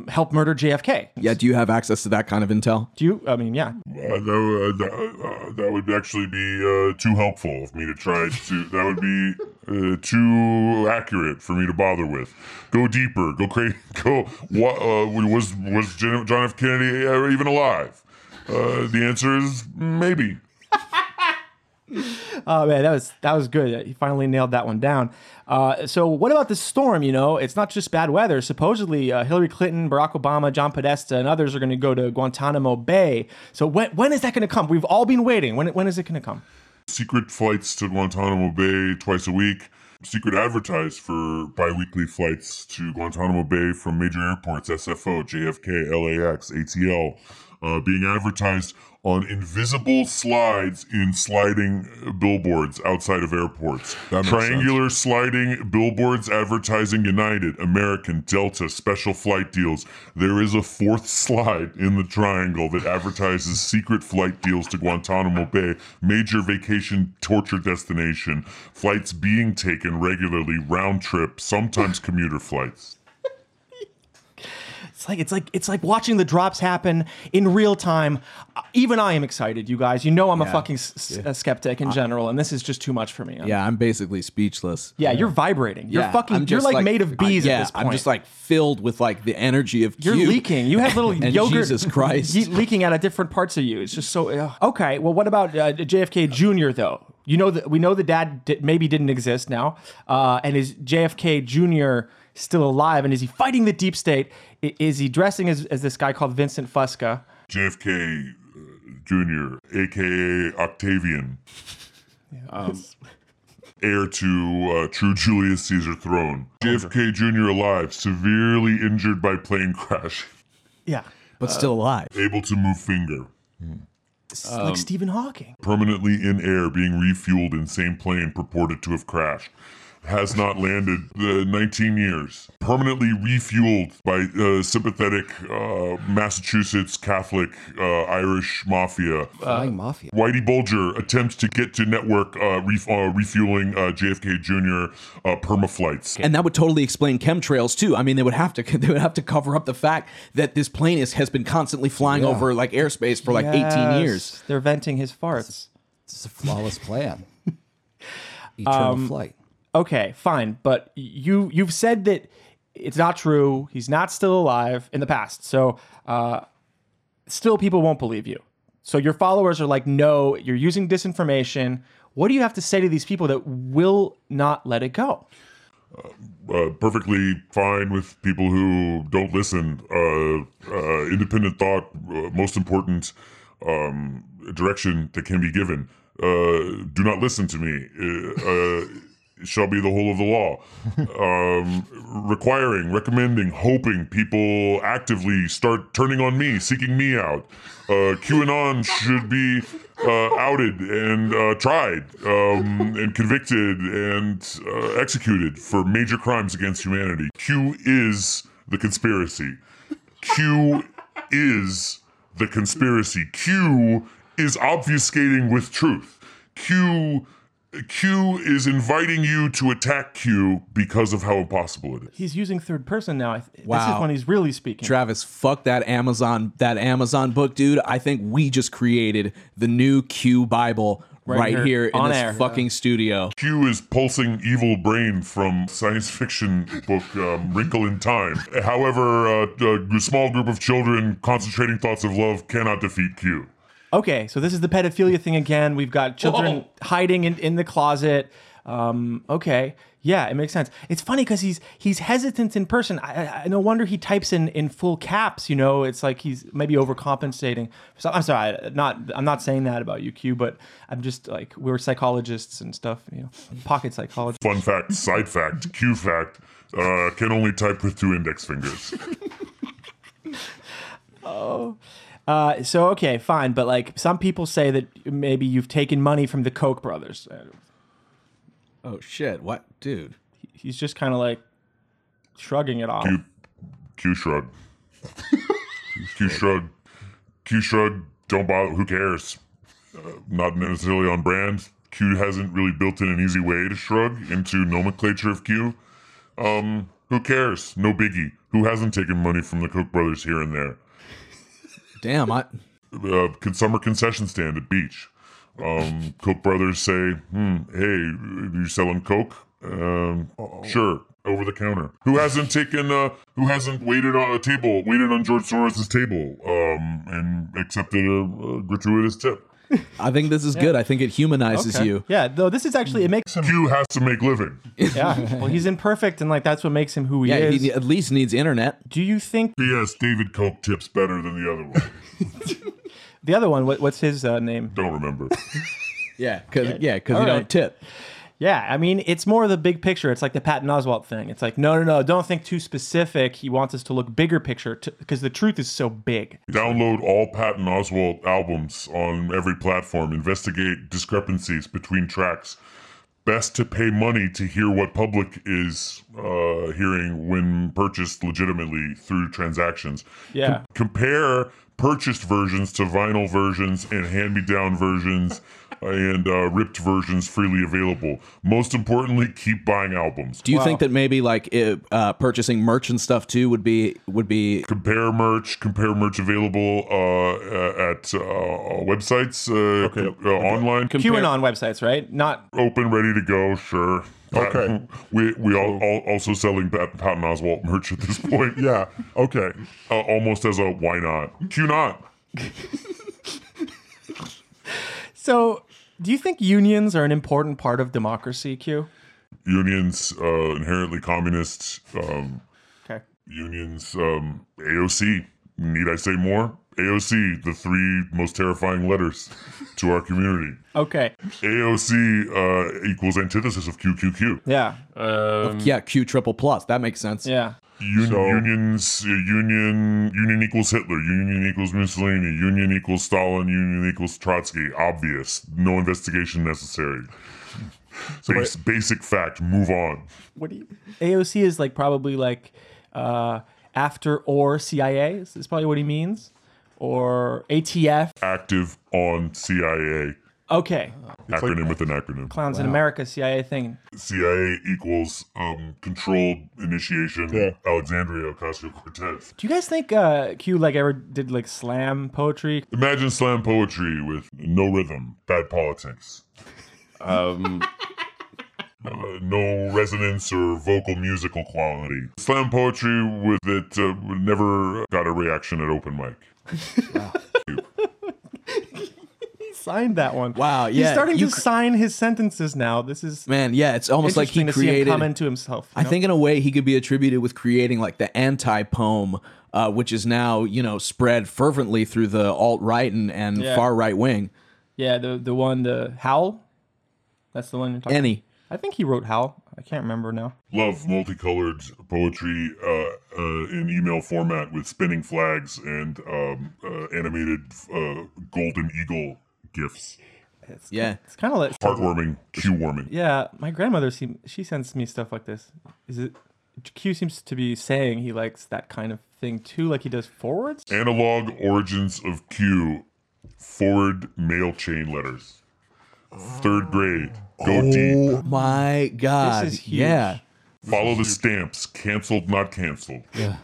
Speaker 4: help murder JFK.
Speaker 3: yeah, do you have access to that kind of intel?
Speaker 4: Do you? I mean, yeah.
Speaker 8: Uh, that, would- uh, that, uh, that would actually be uh, too helpful of me to try to. That would be uh, too accurate for me to bother with. Go deeper. Go crazy. [laughs] Go. What uh, was was Gen- John F. Kennedy uh, even alive? Uh, the answer is maybe.
Speaker 4: Oh man, that was that was good. He finally nailed that one down. Uh, so what about the storm? You know, it's not just bad weather. Supposedly, uh, Hillary Clinton, Barack Obama, John Podesta, and others are going to go to Guantanamo Bay. So when when is that going to come? We've all been waiting. When when is it going to come?
Speaker 8: Secret flights to Guantanamo Bay twice a week. Secret advertised for biweekly flights to Guantanamo Bay from major airports: SFO, JFK, LAX, ATL. uh, being advertised on invisible slides in sliding billboards outside of airports.
Speaker 7: That makes
Speaker 8: Triangular sliding billboards advertising United, American, Delta, special flight deals. There is a fourth [laughs] slide in the triangle that advertises secret flight deals to Guantanamo Bay, major vacation torture destination, flights being taken regularly, round trip, sometimes commuter flights.
Speaker 4: It's like it's like it's like watching the drops happen in real time. Uh, Even I am excited, you guys. You know I'm a fucking s- s- a skeptic in general, and this is just too much for me. I'm-
Speaker 3: Yeah, I'm basically speechless.
Speaker 4: yeah, you're vibrating. You're
Speaker 3: Yeah,
Speaker 4: fucking.
Speaker 3: I'm
Speaker 4: you're
Speaker 3: just
Speaker 4: like, made of bees
Speaker 3: I, yeah,
Speaker 4: at this point.
Speaker 3: I'm just like filled with like the energy of
Speaker 4: You're
Speaker 3: Q.
Speaker 4: leaking. You have little
Speaker 3: [laughs] And
Speaker 4: yogurt.
Speaker 3: Jesus Christ.
Speaker 4: ye- leaking out of different parts of you. It's just so. ugh. Okay. Well, what about uh, JFK Jr. though? You know that we know the dad di- maybe didn't exist now, uh, and is JFK Jr. still alive? And is he fighting the deep state? I- is he dressing as, as this guy called Vincent Fusca?
Speaker 8: JFK uh, Jr., aka Octavian, heir to uh, true Julius Caesar throne. JFK Jr. alive, severely injured by plane crash, [laughs]
Speaker 4: Yeah,
Speaker 3: but still alive.
Speaker 8: able to move finger,
Speaker 4: It's
Speaker 3: Um,
Speaker 4: like Stephen Hawking.
Speaker 8: permanently in air, being refueled in same plane purported to have crashed. Has not landed the 19 years. Permanently refueled by uh, sympathetic uh, Massachusetts Catholic uh, Irish mafia.
Speaker 4: Uh,
Speaker 5: Flying mafia.
Speaker 8: Whitey Bulger attempts to get to network uh, ref- uh, refueling uh, JFK Jr. Uh, permaflights.
Speaker 3: And that would totally explain chemtrails too. I mean, they would have to [laughs] they would have to cover up the fact that this plane is, has been constantly flying over like airspace for like 18 years.
Speaker 4: Yes, They're venting his farts.
Speaker 5: It's a
Speaker 4: [laughs]
Speaker 5: flawless plan. Eternal
Speaker 4: Um,
Speaker 5: flight.
Speaker 4: okay, fine, but you you've said that it's not true. He's not still alive in the past, so uh, still people won't believe you. So your followers are like, no, you're using disinformation. What do you have to say to these people that will not let it go?
Speaker 8: Uh, perfectly fine with people who don't listen. Uh, uh, independent thought, uh, most important um, direction that can be given. Uh, do not listen to me. Uh, uh, shall be the whole of the law. Um, requiring, recommending, hoping people actively start turning on me, seeking me out. Uh, QAnon should be uh, outed and uh, tried um, and convicted and uh, executed for major crimes against humanity. Q is the conspiracy. Q is the conspiracy. Q is obfuscating with truth. Q Q is inviting you to attack Q because of how impossible it is.
Speaker 4: He's using third person now. I th- This
Speaker 3: Wow.
Speaker 4: is when he's really speaking.
Speaker 3: Travis, fuck that Amazon that Amazon book, dude. I think we just created the new Q Bible right,
Speaker 4: here,
Speaker 3: here, in
Speaker 4: on
Speaker 3: this
Speaker 4: air.
Speaker 3: fucking studio.
Speaker 8: Q is pulsing evil brain from science fiction book um, Wrinkle in Time. However, uh, a small group of children concentrating thoughts of love cannot defeat Q.
Speaker 4: Okay, so this is the pedophilia thing again. We've got children
Speaker 3: Whoa.
Speaker 4: hiding in, in the closet. Um, okay, yeah, it makes sense. It's funny because he's he's hesitant in person. I, I- I, no wonder he types in in full caps. You know, it's like he's maybe overcompensating. So, I'm sorry, I- not I'm not saying that about you, Q. But I'm just like we're psychologists and stuff. You know, pocket psychologists.
Speaker 8: Fun fact, side fact, Q fact, uh, can only type with two index fingers.
Speaker 4: Uh, so okay, fine, but like some people say that maybe you've taken money from the Koch brothers. Uh,
Speaker 3: Oh shit. What dude?
Speaker 4: He's just kind of like shrugging it off.
Speaker 8: Q, Q shrug. Q shrug. Q shrug. Don't bother. Who cares? Uh, not necessarily on brand. Q hasn't really built in an easy way to shrug into nomenclature of Q. Um, who cares? No biggie. Who hasn't taken money from the Koch brothers here and there?
Speaker 3: Damn, I
Speaker 8: uh, con- summer concession stand at beach. Um, Koch brothers say, hmm, "Hey, you selling coke? Um, sure, over the counter. Who hasn't taken? Uh, who hasn't waited on a table? Waited on George Soros's table um, and accepted a, a gratuitous tip?
Speaker 3: I think this is good. I think it humanizes
Speaker 4: Okay.
Speaker 3: you.
Speaker 4: Yeah, though this is actually it makes him.
Speaker 8: Q has to make living.
Speaker 4: [laughs] Yeah, well, he's imperfect, and like that's what makes him who he
Speaker 3: Yeah,
Speaker 4: is.
Speaker 3: he at least needs internet.
Speaker 4: Do you think
Speaker 8: P.S. David Koch tips better than the other one. [laughs]
Speaker 4: the other one? What, what's his uh, name?
Speaker 8: Don't remember.
Speaker 3: Yeah, cuz yeah, cuz
Speaker 4: All
Speaker 3: you
Speaker 4: right.
Speaker 3: don't tip.
Speaker 4: Yeah, I mean, it's more the big picture. It's like the Patton Oswalt thing. It's like, no, no, no, don't think too specific. He wants us to look bigger picture because the truth is so big.
Speaker 8: Download all Patton Oswalt albums on every platform. Investigate discrepancies between tracks. Best to pay money to hear what public is uh, hearing when purchased legitimately through transactions.
Speaker 4: Yeah.
Speaker 8: compare purchased versions to vinyl versions and hand-me-down versions and uh, ripped versions freely available. Most importantly, keep buying albums.
Speaker 3: Do you think that maybe like it, uh, purchasing merch and stuff too would be would be
Speaker 8: compare merch compare merch available uh, at uh, websites uh, uh, online
Speaker 4: QAnon websites, right? Not
Speaker 8: open ready to go sure
Speaker 9: Okay.
Speaker 8: we we all, all also selling Pat, patton oswalt merch at this [laughs] point
Speaker 9: Yeah. Okay.
Speaker 8: uh, almost as a why not q not
Speaker 4: so. Do you think unions are an important part of democracy? Q.
Speaker 8: unions uh, inherently communist um,
Speaker 4: Okay.
Speaker 8: unions um, aoc need i say more aoc the three most terrifying letters to our community
Speaker 4: Okay.
Speaker 8: aoc uh, equals antithesis of qqq
Speaker 4: Yeah.
Speaker 3: yeah Q triple plus? That makes sense.
Speaker 4: Yeah.
Speaker 8: Un- unions, uh, union, union equals Hitler, union equals Mussolini, union equals Stalin, union equals Trotsky. Obvious, no investigation necessary. Bas- basic fact. Move on.
Speaker 4: What do you? AOC is like probably like uh, after or CIA is, is probably what he means, or ATF.
Speaker 8: Active on CIA.
Speaker 4: Okay.
Speaker 8: acronym with an acronym.
Speaker 4: Clowns in America CIA thing.
Speaker 8: CIA equals um, controlled initiation.
Speaker 9: Yeah.
Speaker 8: Alexandria Ocasio Cortez.
Speaker 4: Do you guys think uh, Q like ever did like slam poetry?
Speaker 8: Imagine slam poetry with no rhythm, bad politics.
Speaker 6: Um,
Speaker 8: uh, no resonance or vocal musical quality. Slam poetry with it uh, never got a reaction at open mic.
Speaker 4: He signed that one.
Speaker 3: Wow,
Speaker 4: He's
Speaker 3: yeah,
Speaker 4: starting
Speaker 3: you
Speaker 4: to
Speaker 3: cr-
Speaker 4: sign his sentences now. This is
Speaker 3: Man, yeah, it's almost like he
Speaker 4: interesting to see him
Speaker 3: created.
Speaker 4: come into himself. you
Speaker 3: I
Speaker 4: know?
Speaker 3: think in a way he could be attributed with creating like the anti poem, uh, which is now you know spread fervently through the alt right and, and
Speaker 4: Yeah.
Speaker 3: far right wing.
Speaker 4: Yeah, the the one the Howl. That's the one you're talking.
Speaker 3: Any
Speaker 4: I think he wrote Howl. I can't remember now.
Speaker 8: Love multicolored poetry uh, uh, in email format with spinning flags and um, uh, animated uh, golden eagle gifs.
Speaker 3: yeah,
Speaker 4: It's kind of like
Speaker 8: Heartwarming, cue warming.
Speaker 4: yeah. My grandmother seem she sends me stuff like this. Is it Q seems to be saying he likes that kind of thing too, like he does forwards.
Speaker 8: Analog origins of Q, forward mail chain letters. Third grade, go deep.
Speaker 3: my God,
Speaker 4: This is huge.
Speaker 3: yeah,
Speaker 8: Follow the stamps. Canceled, not canceled. Yeah.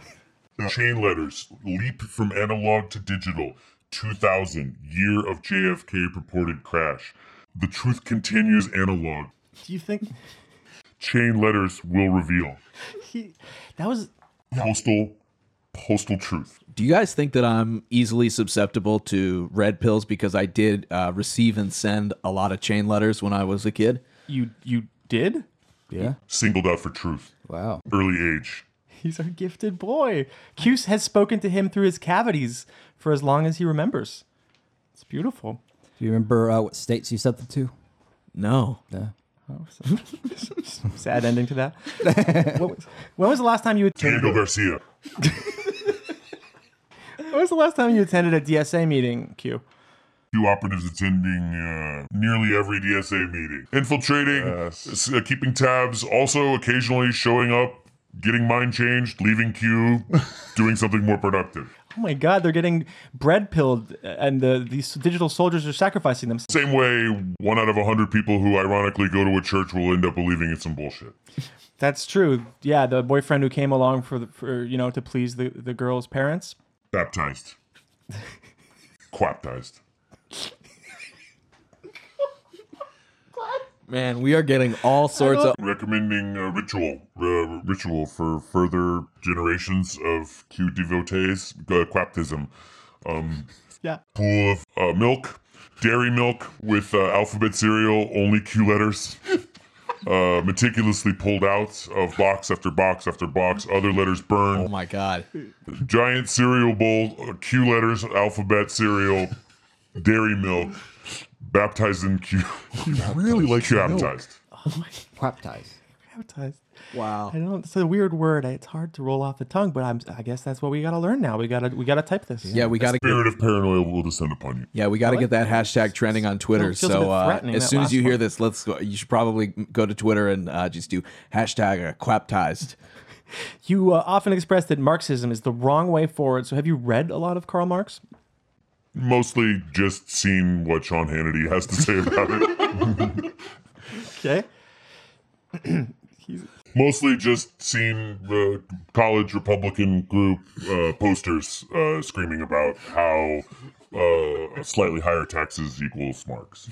Speaker 8: Chain letters. Leap from analog to digital. 2000. Year of JFK purported crash. The truth continues analog.
Speaker 4: Do you think
Speaker 8: Chain letters will reveal.
Speaker 4: he? That was
Speaker 8: Postal, postal truth.
Speaker 3: Do you guys think that I'm easily susceptible to red pills because I did uh, receive and send a lot of chain letters when I was a kid?
Speaker 4: you. You did.
Speaker 5: Yeah.
Speaker 8: Singled out for truth.
Speaker 5: Wow.
Speaker 8: Early age.
Speaker 4: He's our gifted boy. Q has spoken to him through his cavities for as long as he remembers. It's beautiful. [laughs]
Speaker 5: Do you remember uh, what states you sent them to?
Speaker 3: No.
Speaker 4: Sad ending to that. What was- when was the last time you
Speaker 8: Daniel
Speaker 4: attended?
Speaker 8: Garcia.
Speaker 4: When was the last time you attended a DSA meeting? Q.
Speaker 8: Two operatives attending uh, nearly every DSA meeting. Infiltrating, s- uh, keeping tabs, also occasionally showing up, getting mind changed, leaving queue, doing something more productive.
Speaker 4: Oh my God, they're getting bread pilled, uh, and the these digital soldiers are sacrificing them.
Speaker 8: Same way, one out of a hundred people who ironically go to a church will end up believing it's some bullshit.
Speaker 4: That's true. Yeah, the boyfriend who came along for the for you know to please the the girl's parents.
Speaker 8: Baptized. Quaptized.
Speaker 3: Man, we are getting all sorts of.
Speaker 8: Recommending a ritual, uh, ritual for further generations of Q devotees, uh, quaptism. Um,
Speaker 4: Yeah.
Speaker 8: pool of uh, milk, dairy milk with uh, alphabet cereal, only Q letters. [laughs] Uh, meticulously pulled out of box after box after box, other letters
Speaker 3: Oh
Speaker 8: burned.
Speaker 3: my God.
Speaker 8: Giant cereal bowl, uh, Q letters, alphabet cereal, dairy milk, baptized in Q. [laughs]
Speaker 9: Really like
Speaker 8: Q baptized.
Speaker 5: Quaptize.
Speaker 4: Baptized.
Speaker 3: Wow.
Speaker 4: I don't. It's a weird word. It's hard to roll off the tongue, but I'm. I guess that's what we gotta learn now. We gotta. We gotta type this.
Speaker 3: Yeah, we got to get
Speaker 8: Spirit of paranoia will descend upon you.
Speaker 3: yeah, we got to get that hashtag trending on Twitter.
Speaker 4: feels a
Speaker 3: So
Speaker 4: bit
Speaker 3: uh,
Speaker 4: threatening,
Speaker 3: as
Speaker 4: that
Speaker 3: soon as
Speaker 4: last
Speaker 3: you hear
Speaker 4: one.
Speaker 3: this, let's go. You should probably go to Twitter and uh, just do hashtag uh, quaptized.
Speaker 4: You uh, often express that Marxism is the wrong way forward. So have you read a lot of Karl Marx?
Speaker 8: Mostly just seen what Sean Hannity has to say about it.
Speaker 4: Okay.
Speaker 8: Mostly just seen the college Republican group uh, posters uh, screaming about how uh, slightly higher taxes equals Marx.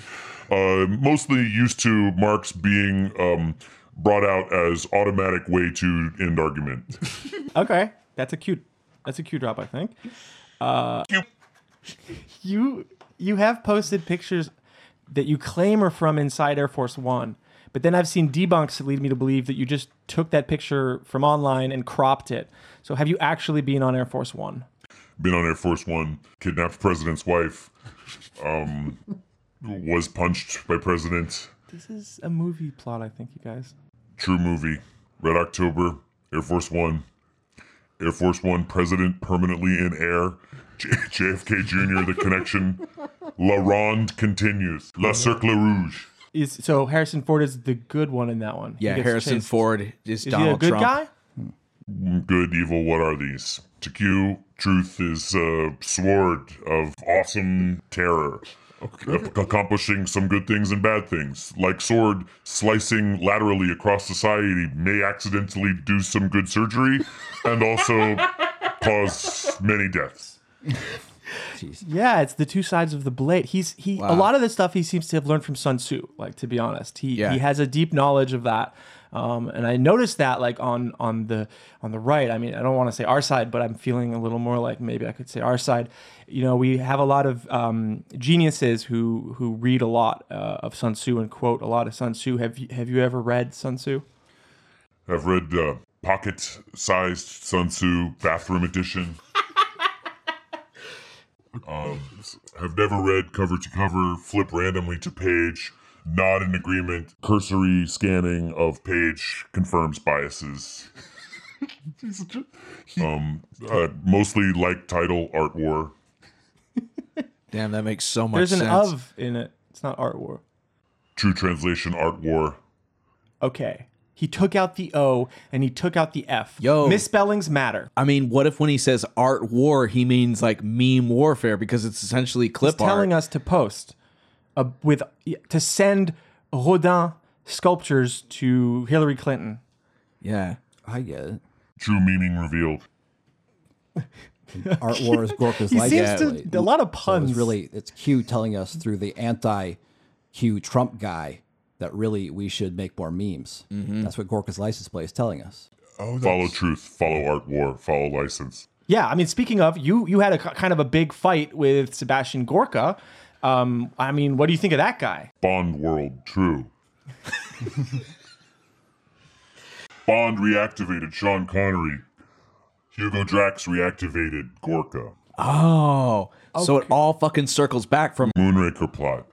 Speaker 8: Uh, mostly used to Marx being um, brought out as automatic way to end argument.
Speaker 4: Okay. That's a cute. That's a cue drop, I think. Uh, you you have posted pictures that you claim are from inside Air Force One, but then I've seen debunks that lead me to believe that you just took that picture from online and cropped it. So have you actually been on Air Force One?
Speaker 8: been on Air Force One, kidnapped the president's wife, um, was punched by president.
Speaker 4: This is a movie plot, I think, you guys.
Speaker 8: True movie. Red October, Air Force One, Air Force One, president permanently in air. J- [laughs] JFK Jr. The connection. La Ronde continues. La Cercle Rouge.
Speaker 4: Is so Harrison Ford is the good one in that one. [laughs] He
Speaker 3: Yeah,
Speaker 4: gets
Speaker 3: Harrison
Speaker 4: chased.
Speaker 3: Ford is,
Speaker 4: Is
Speaker 3: Donald
Speaker 4: he a good
Speaker 3: Trump.
Speaker 4: guy?
Speaker 8: Good, evil. What are these? To Q, truth is a sword of awesome terror, ac- accomplishing some good things and bad things. Like sword slicing laterally across society may accidentally do some good surgery, and also cause many deaths.
Speaker 4: Yeah, it's the two sides of the blade. He's he a lot of this stuff he seems to have learned from Sun Tzu, like to be honest. He
Speaker 3: Yeah.
Speaker 4: he has a deep knowledge of that. Um, and I noticed that like on on the on the right. I mean, I don't want to say our side, but I'm feeling a little more like maybe I could say our side. You know, we have a lot of um, geniuses who who read a lot uh, of Sun Tzu and quote a lot of Sun Tzu. Have you have you ever read Sun Tzu?
Speaker 8: I've read uh, pocket-sized Sun Tzu bathroom edition. um, have never read cover to cover, flip randomly to page, not in agreement, cursory scanning of page confirms biases. um, I mostly like title art war.
Speaker 3: Damn, that makes so much
Speaker 4: There's an
Speaker 3: sense.
Speaker 4: of in it. It's not art war.
Speaker 8: True translation art war.
Speaker 4: Okay. He took out the O and he took out the F.
Speaker 3: Yo.
Speaker 4: Misspellings matter.
Speaker 3: I mean, what if when he says art war, he means like meme warfare because it's essentially clip art.
Speaker 4: telling us to post uh, with to send Rodin sculptures to Hillary Clinton.
Speaker 3: yeah.
Speaker 5: I get it.
Speaker 8: True meaning revealed.
Speaker 4: [laughs]
Speaker 5: Art War is Gorka's
Speaker 4: He
Speaker 5: life.
Speaker 4: seems to
Speaker 5: It
Speaker 4: a lot of
Speaker 5: was
Speaker 4: puns.
Speaker 5: really it's Q telling us through the anti Q Trump guy that really we should make more memes.
Speaker 4: Mm-hmm.
Speaker 5: That's what Gorka's license play is telling us.
Speaker 8: Follow truth, follow art war, follow license.
Speaker 4: yeah. I mean, speaking of you, you had a k- kind of a big fight with Sebastian Gorka. Um, I mean, what do you think of that guy?
Speaker 8: Bond world true. Bond reactivated Sean Connery. Hugo Drax reactivated Gorka.
Speaker 3: Oh, so it all fucking circles back
Speaker 8: Mm-hmm.
Speaker 3: from.
Speaker 8: Moonraker plot.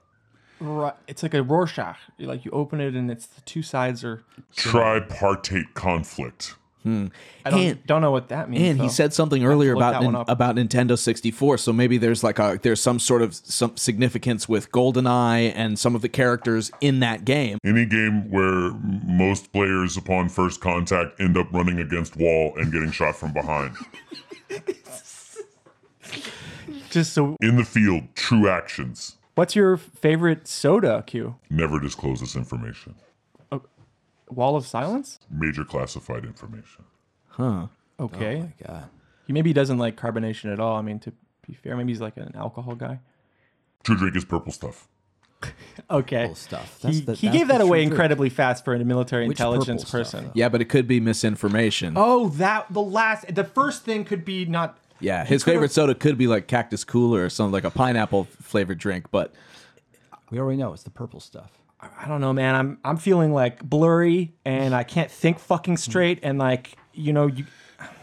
Speaker 4: Right. It's like a Rorschach. Like you open it and it's the two sides are.
Speaker 8: Tripartite conflict.
Speaker 4: I don't,
Speaker 3: And-
Speaker 4: don't know what that means.
Speaker 3: And
Speaker 4: though.
Speaker 3: he said something earlier
Speaker 4: look
Speaker 3: about
Speaker 4: that one
Speaker 3: nin-
Speaker 4: up.
Speaker 3: about Nintendo 64. So maybe there's like a there's some sort of some significance with GoldenEye and some of the characters in that game.
Speaker 8: Any game where most players upon first contact end up running against wall and getting shot from behind.
Speaker 4: just so.
Speaker 8: In the field, true actions.
Speaker 4: What's your favorite soda? Q.
Speaker 8: Never disclose this information.
Speaker 4: Wall of Silence.
Speaker 8: Major classified information.
Speaker 3: Oh,
Speaker 4: Okay.
Speaker 5: God.
Speaker 4: He maybe doesn't like carbonation at all. I mean, to be fair, maybe he's like an alcohol guy.
Speaker 8: True drink is purple stuff.
Speaker 4: Okay.
Speaker 5: stuff.
Speaker 4: He,
Speaker 5: That's the-
Speaker 4: he
Speaker 5: that's
Speaker 4: gave
Speaker 5: the
Speaker 4: that away
Speaker 5: true drink.
Speaker 4: incredibly fast for a military
Speaker 5: Which
Speaker 4: intelligence
Speaker 5: purple
Speaker 4: person.
Speaker 5: stuff?
Speaker 3: Yeah, but it could be misinformation.
Speaker 4: Oh, that the last, the first thing could be not.
Speaker 3: yeah, his favorite soda could be like Cactus Cooler or something like a pineapple flavored drink. But
Speaker 5: We already know it's the purple stuff.
Speaker 4: I don't know, man. I'm I'm
Speaker 5: Hmm.
Speaker 4: feeling like blurry and I can't think fucking straight and like you know you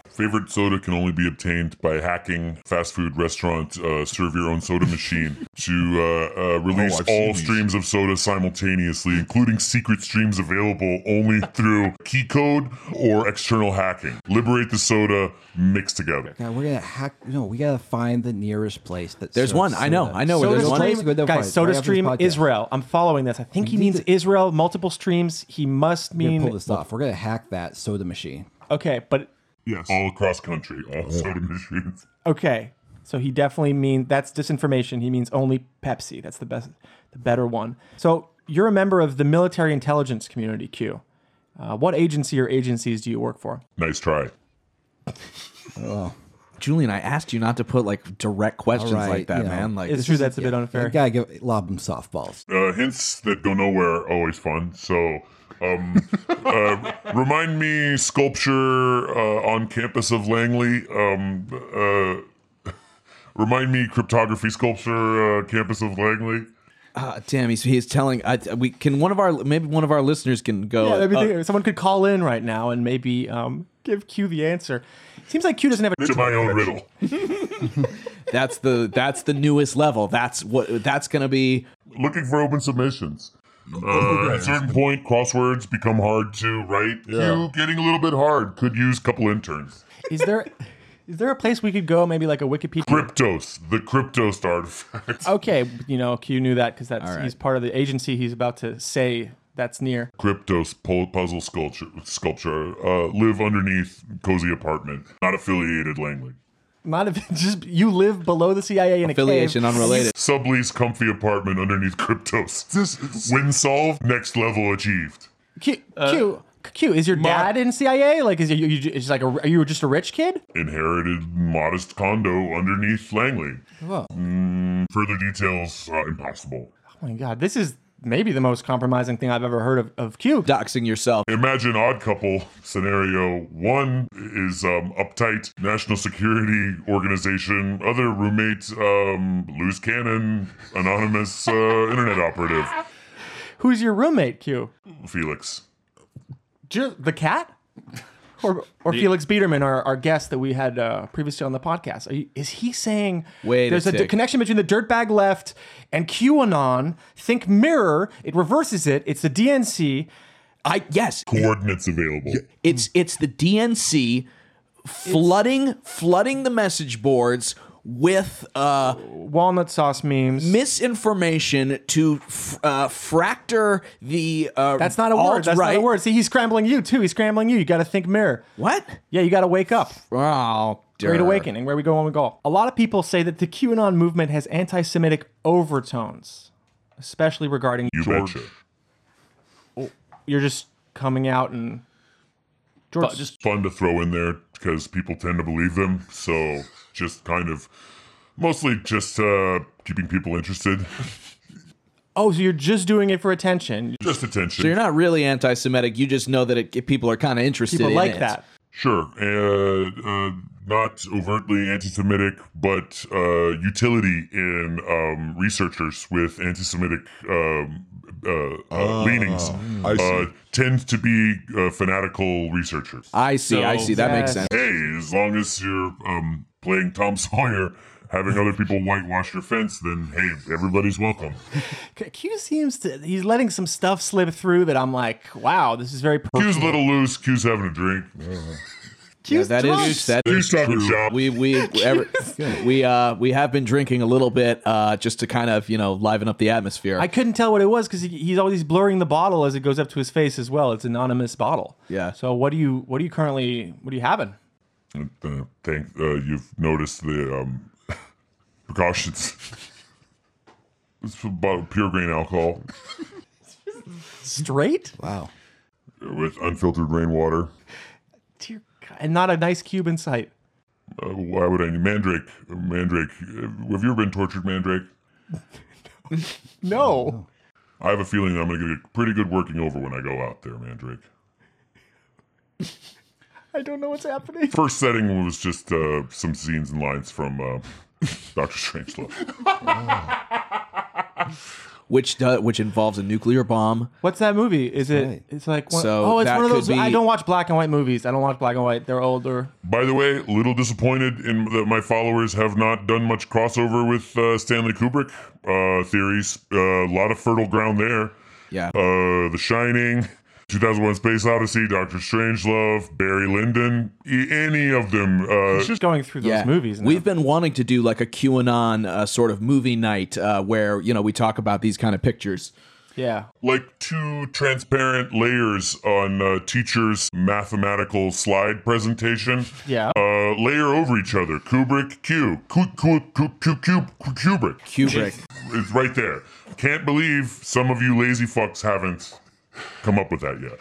Speaker 8: Favorite soda can only be obtained by hacking fast food restaurant uh, serve your own soda machine to uh, uh, release
Speaker 7: Oh, I've seen
Speaker 8: all
Speaker 7: these.
Speaker 8: streams of soda simultaneously, including secret streams available only through key code or external hacking. Liberate the soda mixed together.
Speaker 5: God, we're gonna hack. No, we gotta find the nearest place that
Speaker 3: There's
Speaker 5: serves
Speaker 3: one. I know.
Speaker 5: soda.
Speaker 3: I know where
Speaker 5: Soda
Speaker 3: there's one. Place
Speaker 5: Stream- Good, they'll
Speaker 4: guys,
Speaker 5: find it. Right after this
Speaker 4: SodaStream
Speaker 5: podcast.
Speaker 4: Israel. I'm following this. I think he
Speaker 5: We need
Speaker 4: means
Speaker 5: to-
Speaker 4: Israel. Multiple streams. He must
Speaker 5: We're gonna
Speaker 4: mean
Speaker 5: pull this off. We're gonna hack that soda machine.
Speaker 4: okay, but
Speaker 8: Yes. All across country, all soda machines.
Speaker 4: okay. So he definitely means that's disinformation. He means only Pepsi. That's the best, the better one. So you're a member of the military intelligence community. Q. Uh, what agency or agencies do you work for?
Speaker 8: Nice try.
Speaker 3: Julian, I asked you not to put like direct questions
Speaker 5: All right,
Speaker 3: like that,
Speaker 5: you know.
Speaker 3: man. Like
Speaker 4: It's true. That's a bit unfair.
Speaker 5: Gotta give lob them softballs.
Speaker 8: uh, hints that go nowhere are always fun. So, um, uh, remind me sculpture uh, on campus of Langley. Um, uh, [laughs] remind me cryptography sculpture uh, campus of Langley.
Speaker 3: uh, damn, he's, he's telling. I, we can one of our maybe one of our listeners can go.
Speaker 4: Yeah, that'd be
Speaker 3: uh,
Speaker 4: the- someone could call in right now and maybe um, give Q the answer. Seems like Q doesn't have a
Speaker 8: To my own riddle.
Speaker 3: that's the that's the newest level. That's what that's gonna be.
Speaker 8: Looking for open submissions. Uh, at a certain point, crosswords become hard to write. You getting a little bit hard. Could use a couple interns.
Speaker 4: Is there is there a place we could go? Maybe like a Wikipedia.
Speaker 8: Cryptos, the Cryptos artifact.
Speaker 4: Okay, you know Q knew that because that's he's part of the agency. He's about to say that's near.
Speaker 8: Cryptos pu- puzzle sculpture sculpture uh, live underneath cozy apartment, not affiliated Langley.
Speaker 4: Not if [laughs] just you live below the CIA in
Speaker 3: Affiliation
Speaker 4: a cave.
Speaker 3: unrelated.
Speaker 8: Sublease comfy apartment underneath Cryptos.
Speaker 7: This
Speaker 8: When solved, next level achieved.
Speaker 4: Q, Q Q is your dad in CIA? Like is you, you just like a, are you just a rich kid?
Speaker 8: Inherited modest condo underneath Langley. Mm,
Speaker 5: Whoa.
Speaker 8: Further details uh, impossible.
Speaker 4: Oh my god, this is maybe the most compromising thing I've ever heard of, of Q.
Speaker 3: Doxing yourself.
Speaker 8: Imagine odd couple scenario one is um, uptight national security organization, other roommate um, loose cannon, anonymous uh, internet operative
Speaker 4: Who's your roommate? Q
Speaker 8: Felix.
Speaker 4: Ju- the cat. Or, or Felix Biederman, our, our guest that we had uh, previously on the podcast, Are you, is he saying
Speaker 3: Wait a
Speaker 4: there's a, d-
Speaker 3: tick.
Speaker 4: connection between the dirtbag left and QAnon? Think mirror, it reverses it. It's the DNC.
Speaker 3: I yes,
Speaker 8: coordinates available.
Speaker 3: It's it's the DNC flooding flooding the message boards with uh,
Speaker 4: walnut sauce memes.
Speaker 3: misinformation to f- uh, fracture the. Uh,
Speaker 4: That's not a word. That's not a
Speaker 3: alt-right-
Speaker 4: word. See, he's scrambling you too. He's scrambling you. You got to think mirror.
Speaker 3: What?
Speaker 4: Yeah, you got to wake up.
Speaker 3: Oh,
Speaker 4: Great
Speaker 3: der.
Speaker 4: Awakening, where we go when we go. A lot of people say that the QAnon movement has anti-Semitic overtones, especially regarding
Speaker 8: You
Speaker 4: George.
Speaker 8: betcha.
Speaker 4: You're just coming out and George.
Speaker 6: But just
Speaker 8: Fun to throw in there because people tend to believe them. So just kind of mostly just uh, keeping people interested.
Speaker 4: oh, so you're just doing it for attention.
Speaker 8: Just attention.
Speaker 3: So you're not really anti-Semitic. You just know that it, people are kind of interested.
Speaker 4: People
Speaker 3: in
Speaker 4: like
Speaker 3: it.
Speaker 4: that.
Speaker 8: sure. Uh, uh, not overtly anti Semitic, but uh, utility in um, researchers with anti Semitic um, uh, uh, leanings
Speaker 7: I see.
Speaker 8: uh, tend to be uh, fanatical researchers.
Speaker 3: I see. I
Speaker 6: So-
Speaker 3: see. That makes
Speaker 4: Yes.
Speaker 3: sense.
Speaker 8: hey, as long as you're um, playing Tom [laughs] Sawyer, having other people whitewash your fence, then hey, everybody's welcome.
Speaker 4: Q- Q seems to he's letting some stuff slip through that I'm like, wow, this is very. Per-
Speaker 8: Q's a little loose. Q's having a drink.
Speaker 4: Q's
Speaker 3: That
Speaker 4: drunk.
Speaker 3: is that.
Speaker 8: Q's talking shop.
Speaker 3: We
Speaker 4: [laughs]
Speaker 3: we ever, we uh we have been drinking a little bit uh just to kind of you know liven up the atmosphere.
Speaker 4: I couldn't tell what it was because he, he's always blurring the bottle as it goes up to his face as well. It's an anonymous bottle.
Speaker 3: Yeah.
Speaker 4: So what do you what do you currently what are you having?
Speaker 8: Uh, thank uh, you've noticed the um, [laughs] precautions. [laughs] it's about pure grain alcohol
Speaker 4: Straight?
Speaker 5: Wow.
Speaker 8: with unfiltered rainwater.
Speaker 4: Dear God. And not a nice cube in sight.
Speaker 8: Uh, why would I need mandrake? Mandrake. Have you ever been tortured, mandrake?
Speaker 4: Oh, No.
Speaker 8: I have a feeling I'm going to get a pretty good working over when I go out there, mandrake.
Speaker 4: I don't know what's happening.
Speaker 8: first setting was just uh, some scenes [laughs] and lines from uh, Doctor Strangelove.
Speaker 3: which do, which involves a nuclear bomb.
Speaker 4: [laughs] What's that movie? Is it?
Speaker 5: right.
Speaker 4: It's like one,
Speaker 3: So
Speaker 4: oh, it's
Speaker 3: that
Speaker 4: one of
Speaker 3: could
Speaker 4: those. I
Speaker 3: be-
Speaker 4: don't watch black and white movies. I don't watch black and white. They're older.
Speaker 8: By the way, little disappointed in that my followers have not done much crossover with uh, Stanley Kubrick uh, theories. Uh, A lot of fertile ground there.
Speaker 3: Yeah.
Speaker 8: Uh, the Shining, 2001: Space Odyssey, Doctor Strangelove, Barry Lyndon, e- any of them. Uh,
Speaker 4: It's just going through those
Speaker 3: yeah.
Speaker 4: movies. Now.
Speaker 3: We've been wanting to do like a QAnon uh, sort of movie night uh, where, you know, we talk about these kind of pictures.
Speaker 4: yeah.
Speaker 8: like two transparent layers on uh, teacher's mathematical slide presentation.
Speaker 4: Yeah.
Speaker 8: Uh, layer over each other. Kubrick, Q, Q, Q, Q, Q, Q, Kubrick.
Speaker 3: Kubrick.
Speaker 4: [laughs]
Speaker 8: It's right there. Can't believe some of you lazy fucks haven't come up with that yet.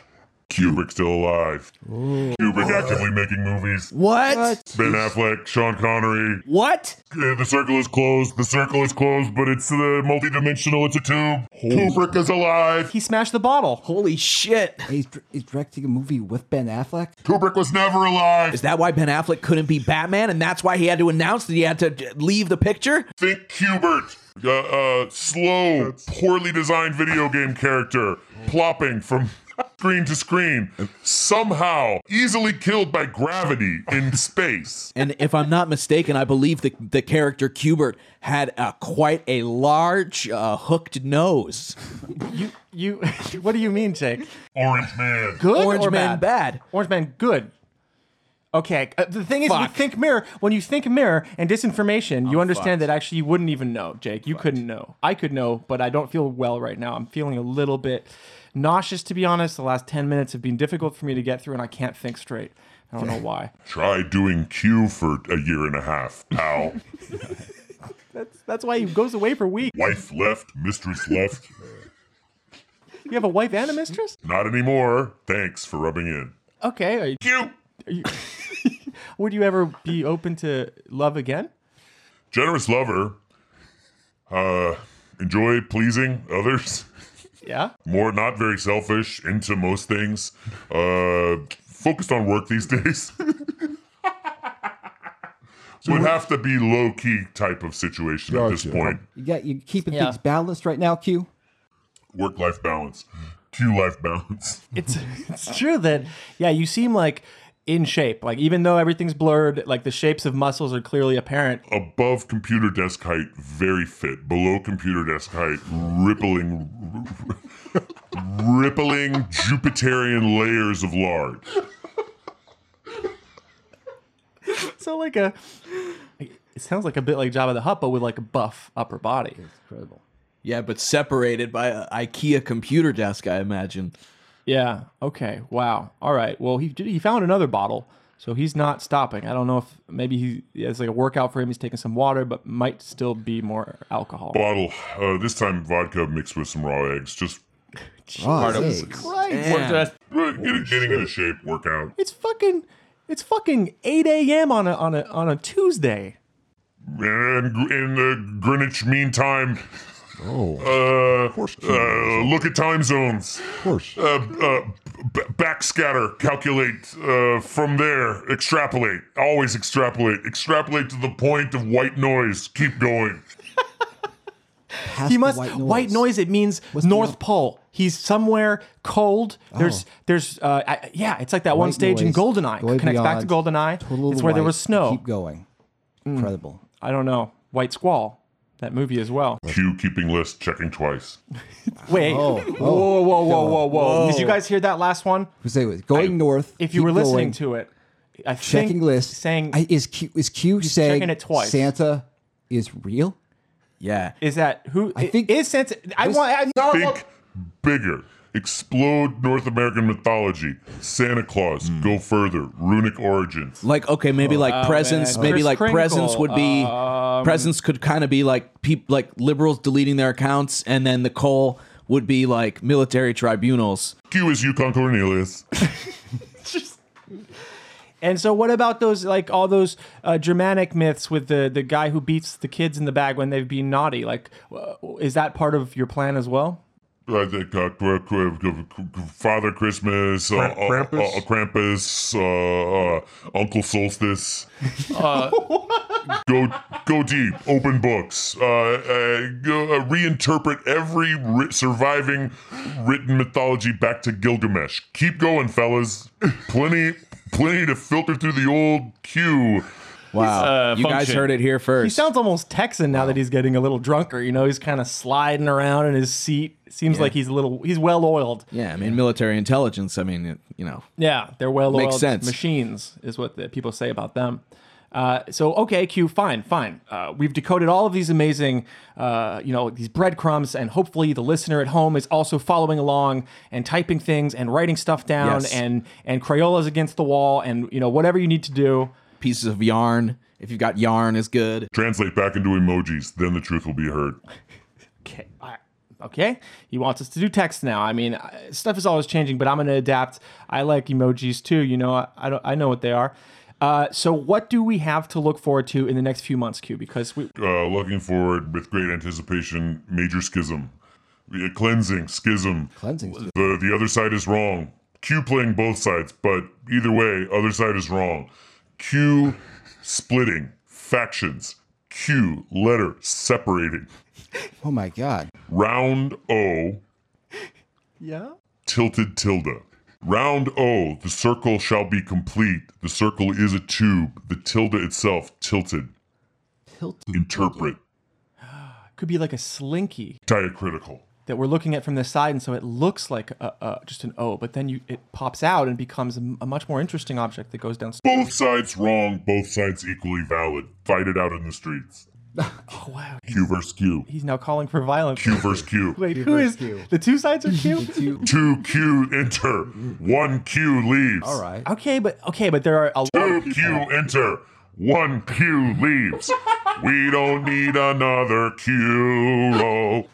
Speaker 8: Kubrick still alive. Kubrick actively making movies.
Speaker 3: What?
Speaker 8: Ben Affleck, Sean Connery.
Speaker 3: What?
Speaker 8: Uh, The circle is closed. The circle is closed, but it's uh, multidimensional. It's a tube. Kubrick is alive.
Speaker 4: He smashed the bottle.
Speaker 3: Holy shit.
Speaker 5: He's, he's directing a movie with Ben Affleck.
Speaker 8: Kubrick was never alive.
Speaker 3: Is that why Ben Affleck couldn't be Batman and that's why he had to announce that he had to j- leave the picture?
Speaker 8: Think Cubert, uh, uh, slow, poorly designed video game character, plopping from [laughs] screen to screen, somehow easily killed by gravity in space.
Speaker 3: And if I'm not mistaken, I believe the, the character Cubert had uh, quite a large uh, hooked nose.
Speaker 4: You, you. [laughs] what do you mean, Jake?
Speaker 8: [laughs] Orange man.
Speaker 4: Good
Speaker 3: Orange
Speaker 4: or
Speaker 3: Man bad.
Speaker 4: Orange Man good. Okay. uh, the thing is, we
Speaker 3: Fuck.
Speaker 4: think mirror. When you think mirror and disinformation, you understand that actually you wouldn't even know, Jake. You couldn't know. I could know, but I don't feel well right now. I'm feeling a little bit nauseous, to be honest. The last ten minutes have been difficult for me to get through, and I can't think straight. I don't know why.
Speaker 8: Try doing Q for a year and a half, pal.
Speaker 4: That's why he goes away for weeks.
Speaker 8: Wife left, mistress left.
Speaker 4: You have a wife and a mistress?
Speaker 8: Not anymore. Thanks for rubbing in.
Speaker 4: Okay. Are you-
Speaker 8: Q.
Speaker 4: would you ever be open to love again?
Speaker 8: Generous lover. Uh, enjoy pleasing others.
Speaker 4: Yeah.
Speaker 8: more not very selfish into most things uh focused on work these [laughs] days would have to be low key type of situation at this
Speaker 7: Gotcha.
Speaker 8: point
Speaker 5: You got you keeping
Speaker 4: Yeah.
Speaker 5: things balanced right now, Q.
Speaker 8: work life balance q life balance [laughs]
Speaker 4: It's [laughs] it's true that yeah, you seem like in shape. Like even though everything's blurred, like the shapes of muscles are clearly apparent.
Speaker 8: above computer desk height very fit below computer desk height rippling [laughs] rippling jupiterian layers of lard
Speaker 4: So like a it sounds like a bit like Jabba the Hutt, but with like a buff upper body.
Speaker 5: Incredible.
Speaker 3: Yeah, but separated by an IKEA computer desk, I imagine.
Speaker 4: Yeah. Okay. Wow. All right. Well, he did- he found another bottle, so he's not stopping. I don't know if maybe he yeah, it's like a workout for him. He's taking some water, but might still be more alcohol.
Speaker 8: bottle uh, this time vodka mixed with some raw eggs just
Speaker 5: Oh,
Speaker 6: Jesus
Speaker 5: hey.
Speaker 3: Damn.
Speaker 6: Just-
Speaker 8: uh, getting, getting into shape workout
Speaker 4: It's fucking it's fucking eight a.m. on a on a on a Tuesday.
Speaker 8: and gr- in the Greenwich Mean Time. Oh. Uh,
Speaker 7: course.
Speaker 8: uh, look at time zones.
Speaker 7: Of course.
Speaker 8: Uh, uh, b- backscatter, calculate uh, from there, extrapolate. Always extrapolate. Extrapolate to the point of white noise. Keep going.
Speaker 5: Past
Speaker 4: He
Speaker 5: the
Speaker 4: must
Speaker 5: white
Speaker 4: white
Speaker 5: noise.
Speaker 4: noise. it means North
Speaker 5: North-
Speaker 4: Pole. He's somewhere cold. There's there's uh I, yeah. It's like that one
Speaker 5: Oh. White
Speaker 4: stage in
Speaker 5: noise,
Speaker 4: Goldeneye.
Speaker 5: going
Speaker 4: Connects back to
Speaker 5: beyond,
Speaker 4: Goldeneye.
Speaker 5: total of
Speaker 4: It's
Speaker 5: the
Speaker 4: where there
Speaker 5: white,
Speaker 4: was snow. Mm.
Speaker 5: Keep going. Incredible.
Speaker 4: I don't know. White Squall. That movie as well.
Speaker 8: Cue keeping list, checking twice.
Speaker 4: Wait.
Speaker 5: Oh, oh.
Speaker 4: Whoa, whoa, whoa, whoa, whoa. Did you guys hear that last one?
Speaker 5: Who's say it? Going north.
Speaker 4: If you
Speaker 5: keep
Speaker 4: were listening
Speaker 5: going,
Speaker 4: to it, I think
Speaker 5: checking list
Speaker 4: saying
Speaker 5: I, is Q is Q saying
Speaker 4: checking it twice.
Speaker 5: Santa is real?
Speaker 3: Yeah.
Speaker 4: is that who I
Speaker 5: think-
Speaker 4: is Santa I want I, no,
Speaker 8: Think bigger. Explode North American mythology. Santa Claus. Go further. Runic origins.
Speaker 3: Like okay, maybe like presence,
Speaker 4: Oh, man. um,
Speaker 3: maybe
Speaker 4: Kris
Speaker 3: like
Speaker 4: Kringle,
Speaker 3: presence would be presence could kind of be like peop, like liberals deleting their accounts, and then the coal would be like military tribunals.
Speaker 8: Q is Yukon Cornelius.
Speaker 4: And so, what about those like all those uh, Germanic myths with the the guy who beats the kids in the bag when they've been naughty? Like, uh, is that part of your plan as well?
Speaker 8: I think uh, Qu- Qu- Qu- Qu- Father Christmas, uh, uh,
Speaker 7: Krampus?
Speaker 8: uh, Krampus, uh, uh, Uncle Solstice,
Speaker 6: uh,
Speaker 8: go go deep open books uh, uh, go, uh, reinterpret every ri- surviving written mythology back to gilgamesh keep going fellas plenty plenty to filter through the old queue
Speaker 3: Wow.
Speaker 6: uh,
Speaker 3: you guys
Speaker 6: function.
Speaker 3: heard it here
Speaker 4: He
Speaker 3: first.
Speaker 4: sounds almost Texan now that he's getting a little drunker. You know, he's kind of sliding around in his seat. Seems like he's a little, he's well oiled.
Speaker 3: yeah, I mean, military intelligence. I mean, it, you know,
Speaker 4: Yeah, they're well
Speaker 3: Makes
Speaker 4: oiled
Speaker 3: sense.
Speaker 4: machines, is what the people say about them. Uh, so okay, Q, fine, fine. Uh, we've decoded all of these amazing, uh, you know, these breadcrumbs, and hopefully the listener at home is also following along and typing things and writing stuff down
Speaker 3: Yes.
Speaker 4: and and Crayola's against the wall and you know whatever you need to do.
Speaker 3: pieces of yarn. If you've got yarn, is good.
Speaker 8: translate back into emojis then the truth will be heard
Speaker 4: Okay. all right, Okay, he wants us to do text now. I mean, I- stuff is always changing, but I'm going to adapt. I like emojis too. You know, I, I don't. I know what they are. Uh, so, what do we have to look forward to in the next few months, Q? Because we,
Speaker 8: uh, looking forward with great anticipation major schism Yeah, cleansing schism
Speaker 5: Cleansing. stuff.
Speaker 8: the the other side is wrong. Q playing both sides, but either way, other side is wrong. Q splitting factions. Q letter separating.
Speaker 5: Oh my god.
Speaker 8: Round O
Speaker 4: yeah.
Speaker 8: tilted tilde. Round O, the circle shall be complete. The circle is a tube. The tilde itself tilted.
Speaker 5: Tilted.
Speaker 8: Interpret.
Speaker 4: could be like a slinky
Speaker 8: Diacritical.
Speaker 4: that we're looking at from the side, and so it looks like a, a, just an O, but then you it pops out and becomes a, a much more interesting object that goes down.
Speaker 8: Both sides wrong, both sides equally valid. Fight it out in the streets.
Speaker 4: Oh wow!
Speaker 8: Q versus Q.
Speaker 4: He's now calling for violence.
Speaker 8: Q versus Q.
Speaker 4: Wait, who is the two sides are
Speaker 8: [laughs]
Speaker 4: Q?
Speaker 8: Two Q enter. One Q leaves.
Speaker 5: All right.
Speaker 4: okay, but okay, but there are a lot
Speaker 8: Two
Speaker 4: of
Speaker 8: Q enter. One Q leaves. we don't need another Q roll.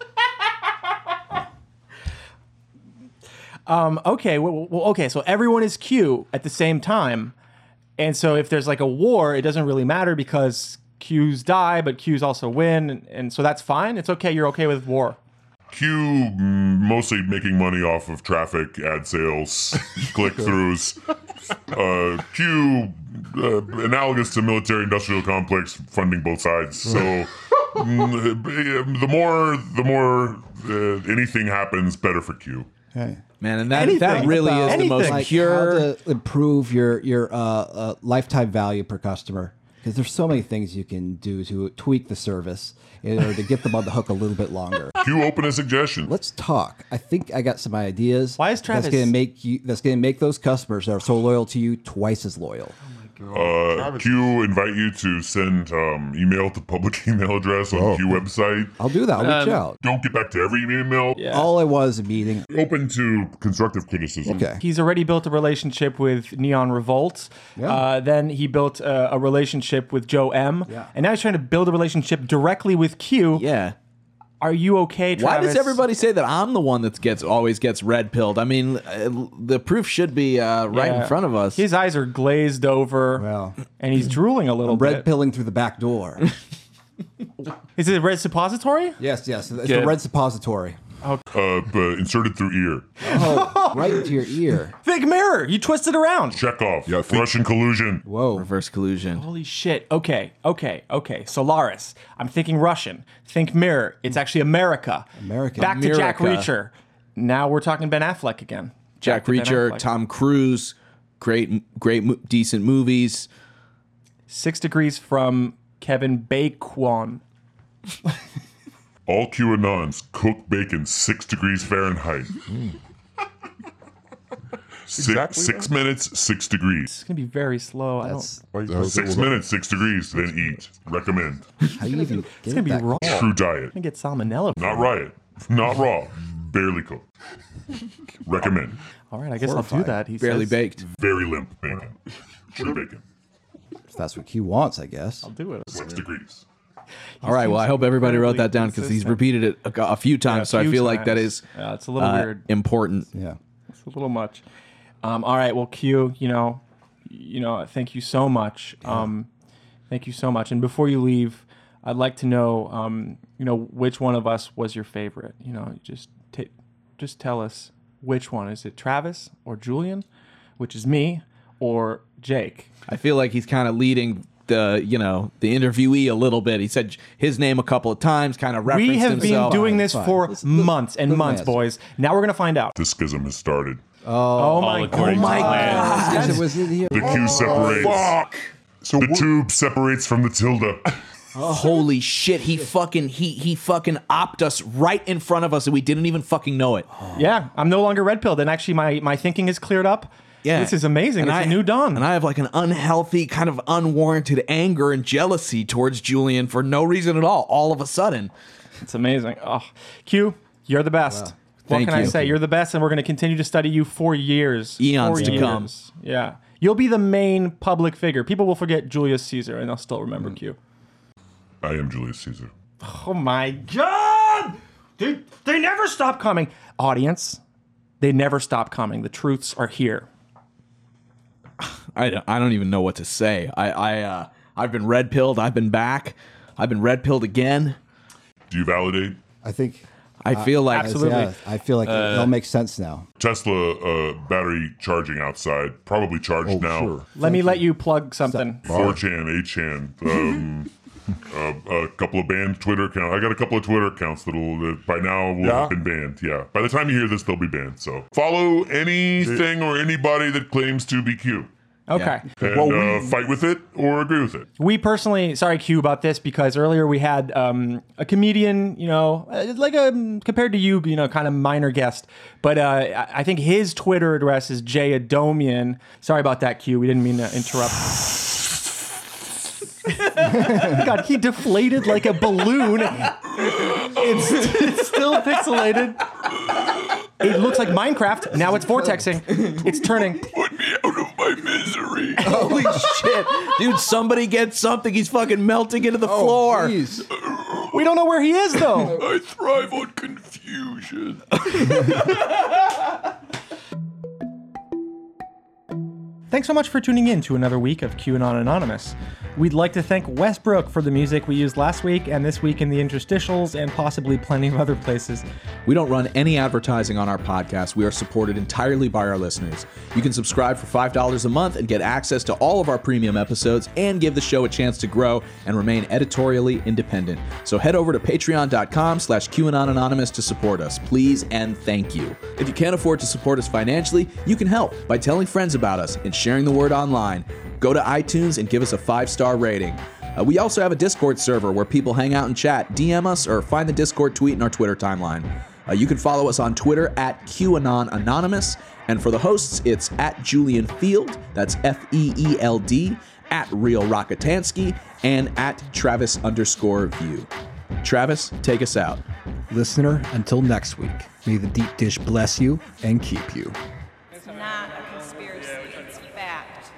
Speaker 4: Um, okay, well, well, okay, so everyone is Q at the same time, and so if there's like a war, it doesn't really matter because Q's die, but Q's also win, and, and so that's fine. It's okay. You're okay with war.
Speaker 8: Q mm, mostly making money off of traffic, ad sales, click throughs. Uh, Q uh, analogous to military industrial complex funding both sides. So mm, eh, the more the more uh, anything happens, better for Q.
Speaker 5: Okay.
Speaker 3: Man, and that that
Speaker 4: Anything.
Speaker 3: really is the
Speaker 4: Anything.
Speaker 3: most
Speaker 5: Like
Speaker 3: pure.
Speaker 5: how to improve your your uh, uh, lifetime value per customer because there's so many things you can do to tweak the service in order to get them on the hook a little
Speaker 3: [laughs]
Speaker 5: bit longer.
Speaker 8: Q open a suggestion.
Speaker 5: Let's talk. I think I got some ideas.
Speaker 4: Why is Travis-
Speaker 5: That's gonna make you. That's gonna make those customers that are so loyal to you twice as loyal.
Speaker 8: Uh, Q invite you to send um, email to public [laughs] email address on Q website.
Speaker 5: I'll do that. I'll reach
Speaker 6: Um,
Speaker 5: out.
Speaker 8: Don't get back to every email.
Speaker 5: All I want is a meeting.
Speaker 8: Open to constructive criticism.
Speaker 5: Okay.
Speaker 4: He's already built a relationship with Neon Revolt. Uh, then he built uh, a, a relationship with Joe M. And now he's trying to build a relationship directly with Q.
Speaker 3: yeah.
Speaker 4: Are you okay,
Speaker 3: Why
Speaker 4: Travis?
Speaker 3: does everybody say that I'm the one that gets always gets red pilled? I mean, uh, the proof should be uh, right
Speaker 4: Yeah.
Speaker 3: in front of us.
Speaker 4: His eyes are glazed over.
Speaker 5: Well.
Speaker 4: and
Speaker 3: [clears throat]
Speaker 4: he's drooling a little
Speaker 5: Red
Speaker 4: bit.
Speaker 5: pilling through the
Speaker 4: [laughs]
Speaker 5: back door.
Speaker 4: Is it a red suppository?
Speaker 5: yes, yes. It's
Speaker 6: Good.
Speaker 5: the
Speaker 4: [laughs]
Speaker 5: red suppository.
Speaker 8: Uh, but inserted through ear.
Speaker 5: Oh, right into your ear.
Speaker 4: Thick mirror. You twist it around.
Speaker 8: Chekhov.
Speaker 7: Yeah, I think-
Speaker 8: Russian collusion.
Speaker 5: Whoa.
Speaker 3: Oh, Reverse collusion.
Speaker 4: Holy shit. Okay, okay, okay. Solaris. I'm thinking Russian. Think mirror. It's actually America.
Speaker 5: America.
Speaker 4: Back to Jack
Speaker 3: America.
Speaker 4: Reacher. Now we're talking Ben Affleck again.
Speaker 3: Jack
Speaker 4: to Ben
Speaker 3: Reacher,
Speaker 4: Affleck.
Speaker 3: Tom Cruise, great, great, mo- decent movies.
Speaker 4: Six degrees from Kevin Bacon.
Speaker 8: All QAnons cook bacon six degrees Fahrenheit. Six,
Speaker 7: Hmm. Exactly
Speaker 8: six minutes, six degrees.
Speaker 4: It's gonna be very slow. I don't. It's
Speaker 8: Six minutes, six degrees, then eat. Recommend.
Speaker 5: How you even get
Speaker 4: gonna be
Speaker 5: that-
Speaker 4: raw. I'm
Speaker 8: True diet.
Speaker 4: gonna get salmonella.
Speaker 8: Not riot. Not raw. Barely cooked. Recommend.
Speaker 4: All right, I guess I'll
Speaker 5: Horrifying.
Speaker 4: do that. He
Speaker 3: Barely
Speaker 4: says.
Speaker 3: baked.
Speaker 8: Very limp bacon. True bacon.
Speaker 5: If that's what Q wants, I guess.
Speaker 4: Do it.
Speaker 8: Six degrees.
Speaker 3: All right. Well, I hope everybody wrote that
Speaker 4: incredibly
Speaker 3: down because he's
Speaker 4: consistent.
Speaker 3: repeated it a, a few times. so I
Speaker 4: few
Speaker 3: feel like that
Speaker 4: times.
Speaker 3: is
Speaker 4: Yeah, it's a little
Speaker 3: uh,
Speaker 4: weird.
Speaker 3: important.
Speaker 5: Yeah.
Speaker 4: It's a little much. Um, all right, well, Q, you know, you know, thank you so much. Um, thank you so much. And before you leave, I'd like to know, um, you know, which one of us was your favorite. You know, just ta just tell us which one. Is it Travis or Julian, which is me, or Jake?
Speaker 3: I feel like he's kind of leading the you know the interviewee a little bit. He said his name a couple of times, kind of referenced
Speaker 4: We have been
Speaker 3: himself.
Speaker 4: doing this
Speaker 5: Fine,
Speaker 4: for
Speaker 5: fine. Let's-
Speaker 4: months and
Speaker 5: let's
Speaker 4: months,
Speaker 5: ask.
Speaker 4: boys. Now we're gonna find out.
Speaker 8: The schism has started.
Speaker 4: Oh
Speaker 6: All
Speaker 4: my!
Speaker 6: according
Speaker 4: Oh my
Speaker 6: to plan.
Speaker 4: God!
Speaker 5: Yes, it was in here.
Speaker 8: The
Speaker 7: Oh,
Speaker 8: Q separates.
Speaker 7: So
Speaker 8: The
Speaker 7: what-
Speaker 8: tube separates from the tilde.
Speaker 3: Oh, Holy shit! He fucking he he fucking opped us right in front of us, and we didn't even fucking know it.
Speaker 4: Yeah, I'm no longer red pilled, and actually, my my thinking is cleared up.
Speaker 3: Yeah,
Speaker 4: this is amazing.
Speaker 3: And
Speaker 4: it's a
Speaker 3: I-
Speaker 4: new dawn.
Speaker 3: and I have like an unhealthy kind of unwarranted anger and jealousy towards Julian for no reason at all. All of a sudden,
Speaker 4: it's amazing. Oh, Q, you're the best. What
Speaker 3: Thank
Speaker 4: can I
Speaker 3: you.
Speaker 4: say? You're the best, and we're going to continue to study you for years,
Speaker 3: Eons
Speaker 4: for
Speaker 3: to come.
Speaker 4: years. Yeah, you'll be the main public figure. People will forget Julius Caesar, and they'll still remember
Speaker 3: Mm.
Speaker 4: Q.
Speaker 8: I am Julius Caesar.
Speaker 4: Oh my God! They, they never stop coming. Audience, they never stop coming. The truths are here.
Speaker 3: I don't, I don't even know what to say. I I uh, I've been red pilled. I've been back. I've been red pilled again.
Speaker 8: Do you validate?
Speaker 5: I think.
Speaker 3: I feel like
Speaker 4: Uh,
Speaker 3: Uh,
Speaker 4: absolutely.
Speaker 5: Yeah, I feel like it all makes sense now.
Speaker 8: Tesla uh, battery charging outside, probably charged
Speaker 7: Oh,
Speaker 9: Oh,
Speaker 8: now.
Speaker 4: Let me let you plug something.
Speaker 8: 4chan, 8chan, um, uh, a couple of banned Twitter accounts. I got a couple of Twitter accounts that'll that by now will have been banned. Yeah, by the time you hear this, they'll be banned. So follow anything or anybody that claims to be Q
Speaker 4: Okay.
Speaker 8: and uh, fight with it or agree with it.
Speaker 4: We personally, sorry Q about this because earlier we had um, a comedian, you know, uh, like a compared to you, you know, kind of minor guest, but uh, I- I think his Twitter address is Jay Adomian. Sorry about that, Q. We didn't mean to interrupt. [laughs] God, he deflated like a balloon. It's, it's still pixelated. It looks like Minecraft. Now it's vortexing. It's turning.
Speaker 3: [laughs] holy shit, dude! Somebody get something. He's fucking melting into the floor.
Speaker 5: Oh, Please.
Speaker 4: We don't know where he is though.
Speaker 8: I thrive on confusion.
Speaker 4: Thanks so much for tuning in to another week of QAnon Anonymous. We'd like to thank Westbrook for the music we used last week and this week in the interstitials and possibly plenty of other places.
Speaker 3: We don't run any advertising on our podcast. We are supported entirely by our listeners. You can subscribe for $5 a month and get access to all of our premium episodes and give the show a chance to grow and remain editorially independent. So head over to patreon.com slash QAnonAnonymous to support us, please and thank you. If you can't afford to support us financially, you can help by telling friends about us and sharing the word online. Go to iTunes and give us a five-star rating. Uh, we also have a Discord server where people hang out and chat, DM us, or find the Discord tweet in our Twitter timeline. Uh, you can follow us on Twitter at QAnon Anonymous. And for the hosts, it's at Julian Field, that's F E E L D, at Real Rockatansky, and at Travis underscore view. Travis, take us out.
Speaker 5: Listener, until next week, may the deep dish bless you and keep you.
Speaker 1: It's not a conspiracy, it's fact.